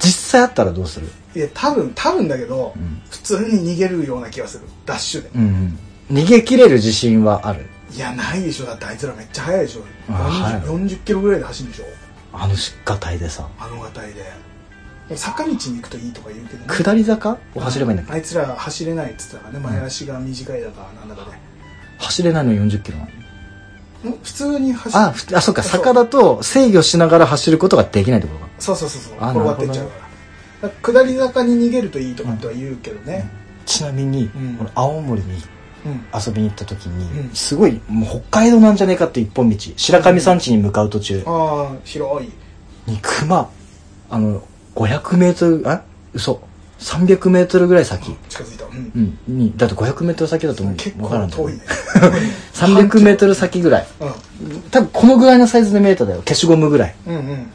Speaker 2: 実際あったらどうする
Speaker 1: いや多分多分だけど、
Speaker 2: ん
Speaker 1: 普通に逃げるような気がするダッシュで、
Speaker 2: うん、うん、逃げ切れる自信はある
Speaker 1: いやないでしょだってあいつらめっちゃ速いでしょ
Speaker 2: あ
Speaker 1: 40
Speaker 2: 速い
Speaker 1: 40キロぐらいで走るでしょ
Speaker 2: あのしっか体でさ
Speaker 1: あのがたいで坂道に行くといいとか言うけどね
Speaker 2: 下り坂を走ればいいんだっけ
Speaker 1: あいつら走れないっつってたからね前足が短いだかなんだか
Speaker 2: 走れないの40キロなの
Speaker 1: で、ん、普通に走
Speaker 2: あふあそっか坂だと制御しながら走ることができないってことか
Speaker 1: そうそうそうそう
Speaker 2: あ
Speaker 1: 転がってっちゃうからだから下り坂に逃げるといいとかとは言うけどね
Speaker 2: ちなみに、
Speaker 1: うん
Speaker 2: 俺青森に
Speaker 1: うん、
Speaker 2: 遊びに行った時に、
Speaker 1: うん
Speaker 2: すごいもう北海道なんじゃねえかって一本道白神山地に向かう途中
Speaker 1: ああ広い
Speaker 2: に熊あの500メートルあ嘘300メートルぐらい先、
Speaker 1: 近づいた、うん
Speaker 2: うん、にだって500メートル先だともう
Speaker 1: 結
Speaker 2: 分か
Speaker 1: 構
Speaker 2: らんだよ
Speaker 1: 遠い
Speaker 2: ね
Speaker 1: ね、
Speaker 2: 300メートル先ぐらい多分このぐらいのサイズで見えただよ消しゴムぐらい
Speaker 1: うん、うんうん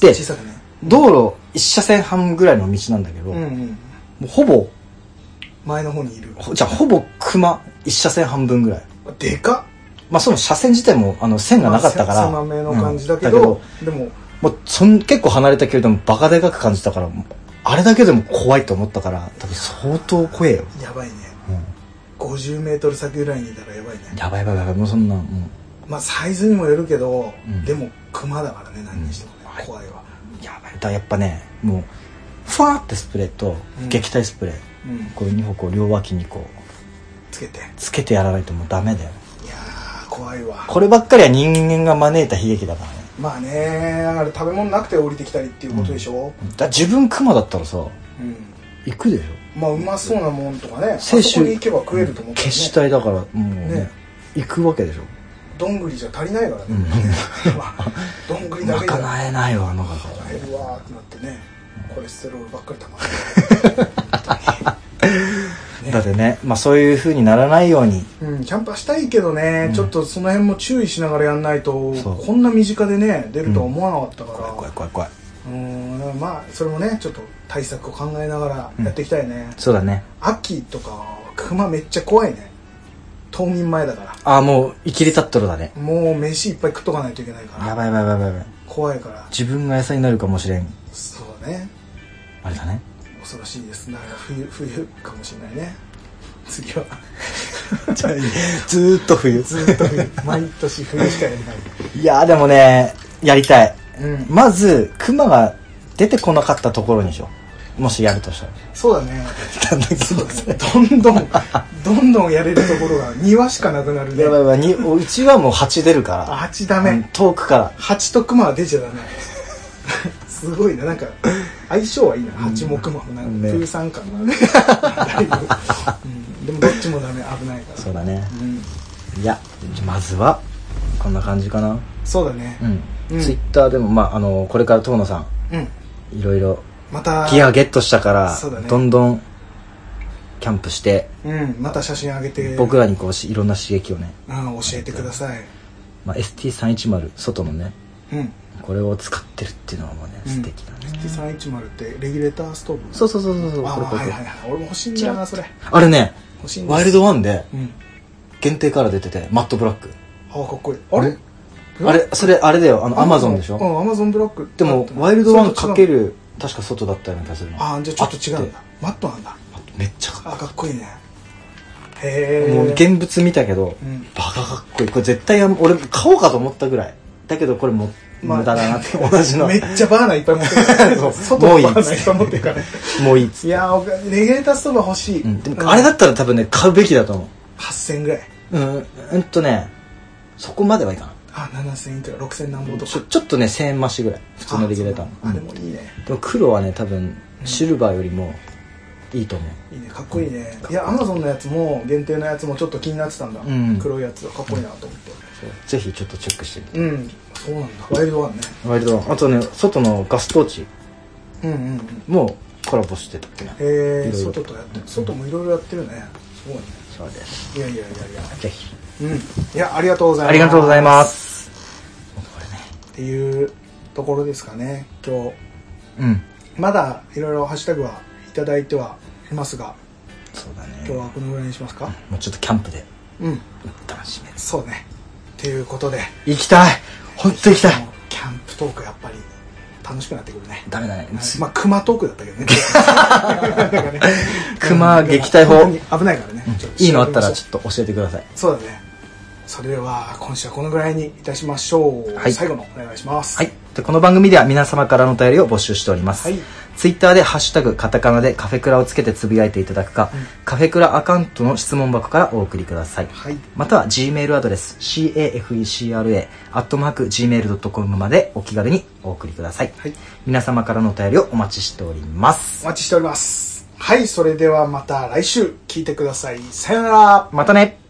Speaker 2: で
Speaker 1: 小さくね
Speaker 2: 道路一車線半ぐらいの道なんだけど、
Speaker 1: うん
Speaker 2: も
Speaker 1: うん
Speaker 2: うほぼ
Speaker 1: 前の方にいる
Speaker 2: ほじゃあほぼ熊一車線半分ぐらい
Speaker 1: でかっ
Speaker 2: まあその車線自体もあの線がなかったから、
Speaker 1: まあ狭めの感じだけ
Speaker 2: うん
Speaker 1: ど,、でも
Speaker 2: もうそん結構離れたけれどもバカでかく感じたからもうあれだけでも怖いと思ったから多分相当怖えよ、
Speaker 1: やばいね
Speaker 2: うん
Speaker 1: 5 0ル先ぐらいにいたらやばいね
Speaker 2: やばいやばいやばいもうそんなもう
Speaker 1: まあサイズにもよるけど、
Speaker 2: うん
Speaker 1: でも熊だからね何にしてもね、
Speaker 2: うん
Speaker 1: 怖いわ
Speaker 2: やばいだからやっぱねもうファーってスプレーと
Speaker 1: うん
Speaker 2: 撃退スプレー、
Speaker 1: うん
Speaker 2: こう2歩こう両脇にこう
Speaker 1: つけていや
Speaker 2: つけてやらないともうダメだよ
Speaker 1: ー怖いわ
Speaker 2: こればっかりは人間が招いた悲劇だからね
Speaker 1: まあねあれ食べ物なくて降りてきたりっていうことでしょ
Speaker 2: だ自分クマだったらさ
Speaker 1: うん、
Speaker 2: 行くでしょ
Speaker 1: まあうまそうなもんとかねあそ
Speaker 2: 清
Speaker 1: こ
Speaker 2: 酒
Speaker 1: に行けば食えると思って、ね、
Speaker 2: 決死隊だからもうね
Speaker 1: ね
Speaker 2: 行くわけでしょ
Speaker 1: どんぐりじゃ足りないからね、
Speaker 2: ん
Speaker 1: まあどんぐりだ
Speaker 2: ま
Speaker 1: けじ
Speaker 2: か
Speaker 1: ゃ
Speaker 2: なえないわあの方
Speaker 1: 減るわーってなってねコレステロールばっかり溜まって ね
Speaker 2: だってね、まあ、そういう風にならないように
Speaker 1: うん、キャンパーしたいけどね、ちょっとその辺も注意しながらやんないと
Speaker 2: そう
Speaker 1: こんな身近でね出るとは思わなかった
Speaker 2: 怖い
Speaker 1: か
Speaker 2: 怖い怖い怖い
Speaker 1: らうんまあそれもねちょっと対策を考えながらやっていきたいね、
Speaker 2: そうだね
Speaker 1: 秋とかクマめっちゃ怖いね冬眠前だか
Speaker 2: ああもう生きり立っとるだね
Speaker 1: らもう飯いっぱい食っとかないといけないか
Speaker 2: や
Speaker 1: ら
Speaker 2: ばいやばいやばいやばい
Speaker 1: 怖いから
Speaker 2: 自分が餌になるかもしれん
Speaker 1: そうね
Speaker 2: あれだね
Speaker 1: 恐ろしいですだから冬冬かもしれないね次は
Speaker 2: ずーっと冬
Speaker 1: ずっと冬 毎年冬しかやれない
Speaker 2: いやーでもねやりたい
Speaker 1: うん
Speaker 2: まずクマが出てこなかったところにしようもしやるとしたら
Speaker 1: そうだね
Speaker 2: なんだけど
Speaker 1: どんどん、どんどんやれるところが庭しかなくなるね
Speaker 2: や。ばいやばいにうちはもう蜂出る
Speaker 1: あ、
Speaker 2: か
Speaker 1: 蜂ダ
Speaker 2: ら、うん
Speaker 1: メ。
Speaker 2: 遠くから
Speaker 1: 蜂と熊は出ちゃダメ。 すごいな、なんか、相性はいいな。蜂も熊もなんか、
Speaker 2: ね
Speaker 1: 風産感が ね。だいぶうんでもどっちもダメ、危ないから。
Speaker 2: そうだね
Speaker 1: うん
Speaker 2: いやまずはこんな感じかな
Speaker 1: そうだね
Speaker 2: う。ん、
Speaker 1: うん
Speaker 2: ツイッターでもまああのこれから遠野さ
Speaker 1: うん。
Speaker 2: んいろいろ
Speaker 1: また、
Speaker 2: ギアゲットしたから、
Speaker 1: そうだね
Speaker 2: どんどんキャンプして、
Speaker 1: うん、また写真あげて、
Speaker 2: 僕らにこうしいろんな刺激をね、
Speaker 1: うん、教えてください。
Speaker 2: まあ、ST310 外のね
Speaker 1: うん。
Speaker 2: これを使ってるっていうのはもうね、
Speaker 1: うん
Speaker 2: 素敵だね
Speaker 1: T310 ってレギュレーターストーブ
Speaker 2: そうそうそうそうそう
Speaker 1: あ
Speaker 2: これこ
Speaker 1: はい
Speaker 2: れこれ
Speaker 1: はいはい。俺も欲しいんだな、それ。
Speaker 2: あれね
Speaker 1: 欲しいんです
Speaker 2: ワイルドワンで
Speaker 1: うん。
Speaker 2: 限定から出ててマットブラック
Speaker 1: あ、かっこいい。あれ
Speaker 2: あれそれあれだよあのアマゾンでし
Speaker 1: う
Speaker 2: ょ
Speaker 1: ん、アマゾンブラック。
Speaker 2: でもワイルドワンかけ
Speaker 1: る。
Speaker 2: る確か外だったような気がするな
Speaker 1: あー、じゃあちょっと違うんだ
Speaker 2: あ。
Speaker 1: マットなんだ。
Speaker 2: ってめっちゃかっこ
Speaker 1: あ、かっこいいね。へ
Speaker 2: いい
Speaker 1: え。
Speaker 2: もう現物見たけど、
Speaker 1: うん
Speaker 2: バカかっこいいこれ絶対やん俺買おうかと思ったぐらいだけどこれも
Speaker 1: まあ
Speaker 2: 無駄だ なって同じの
Speaker 1: めっちゃバーナーいっぱい持ってるから。
Speaker 2: そう
Speaker 1: 外
Speaker 2: も
Speaker 1: の
Speaker 2: ういい
Speaker 1: バーナーいっぱい持ってるから。
Speaker 2: もういいっつ
Speaker 1: いやーおか、レゲエタストーブ欲しい。
Speaker 2: うん、でもあれだったら多分ね買うべきだと思
Speaker 1: 8000ぐらい。
Speaker 2: ううんうんとねそこまではいかな
Speaker 1: あ、7000いくら、6000何本と
Speaker 2: ちょ
Speaker 1: か。
Speaker 2: ちょっとね1000円増しぐらい普通のレギュレーター
Speaker 1: あ、
Speaker 2: う
Speaker 1: で
Speaker 2: ん
Speaker 1: もいいね。
Speaker 2: でも黒はね多分シルバーよりもいいと思う
Speaker 1: いいね、かっこいいね。いや、アマゾンのやつも、限定のやつもちょっと気になってたんだ
Speaker 2: うん。
Speaker 1: 黒いやつがかっこいいなと思って。
Speaker 2: ぜひちょっとチェックしてみて
Speaker 1: うん、そうなんだ。ワイルドワンね。
Speaker 2: 割とあとね外のガストーチ
Speaker 1: うんうんうん。
Speaker 2: もコラボしてたっけな
Speaker 1: へえ
Speaker 2: いろいろ
Speaker 1: 外とやってる外もいろいろやってるねすごいね
Speaker 2: そうです
Speaker 1: いやいやいやいや
Speaker 2: ぜひ
Speaker 1: うんいやありがとうございます
Speaker 2: ありがとうございますすこれね
Speaker 1: っていうところですかね今
Speaker 2: うん
Speaker 1: 日まだいろいろハッシュタグはいただいてはいますが
Speaker 2: そうだね
Speaker 1: 今日はこのぐらいにしますか
Speaker 2: もうちょっとキャンプで
Speaker 1: うん
Speaker 2: 楽しめる
Speaker 1: そうねっていうことで
Speaker 2: 行きたい本当行きたい
Speaker 1: キャンプトークやっぱり楽しくなってくるね。
Speaker 2: ダメだね。
Speaker 1: まあ、熊トークだったけどね。
Speaker 2: 熊撃退法
Speaker 1: 本当に危ないからね。ちょと
Speaker 2: いいのあったらちょっと教えてください。
Speaker 1: そうだね。それでは、今週はこのぐらいにいたしましょう。
Speaker 2: はい
Speaker 1: 最後のお願いします。
Speaker 2: はい。で、この番組では皆様からのお便りを募集しております。
Speaker 1: はい
Speaker 2: ツイッターでハッシュタグカタカナでカフェクラをつけてつぶやいていただくか、カフェクラアカウントの質問箱からお送りください。
Speaker 1: はい。
Speaker 2: または Gmail アドレス cafecra.gmail.com までお気軽にお送りください。
Speaker 1: はい。
Speaker 2: 皆様からのお便りをお待ちしております
Speaker 1: お。待ちしております。はい。それではまた来週聞いてください。さよなら。
Speaker 2: またね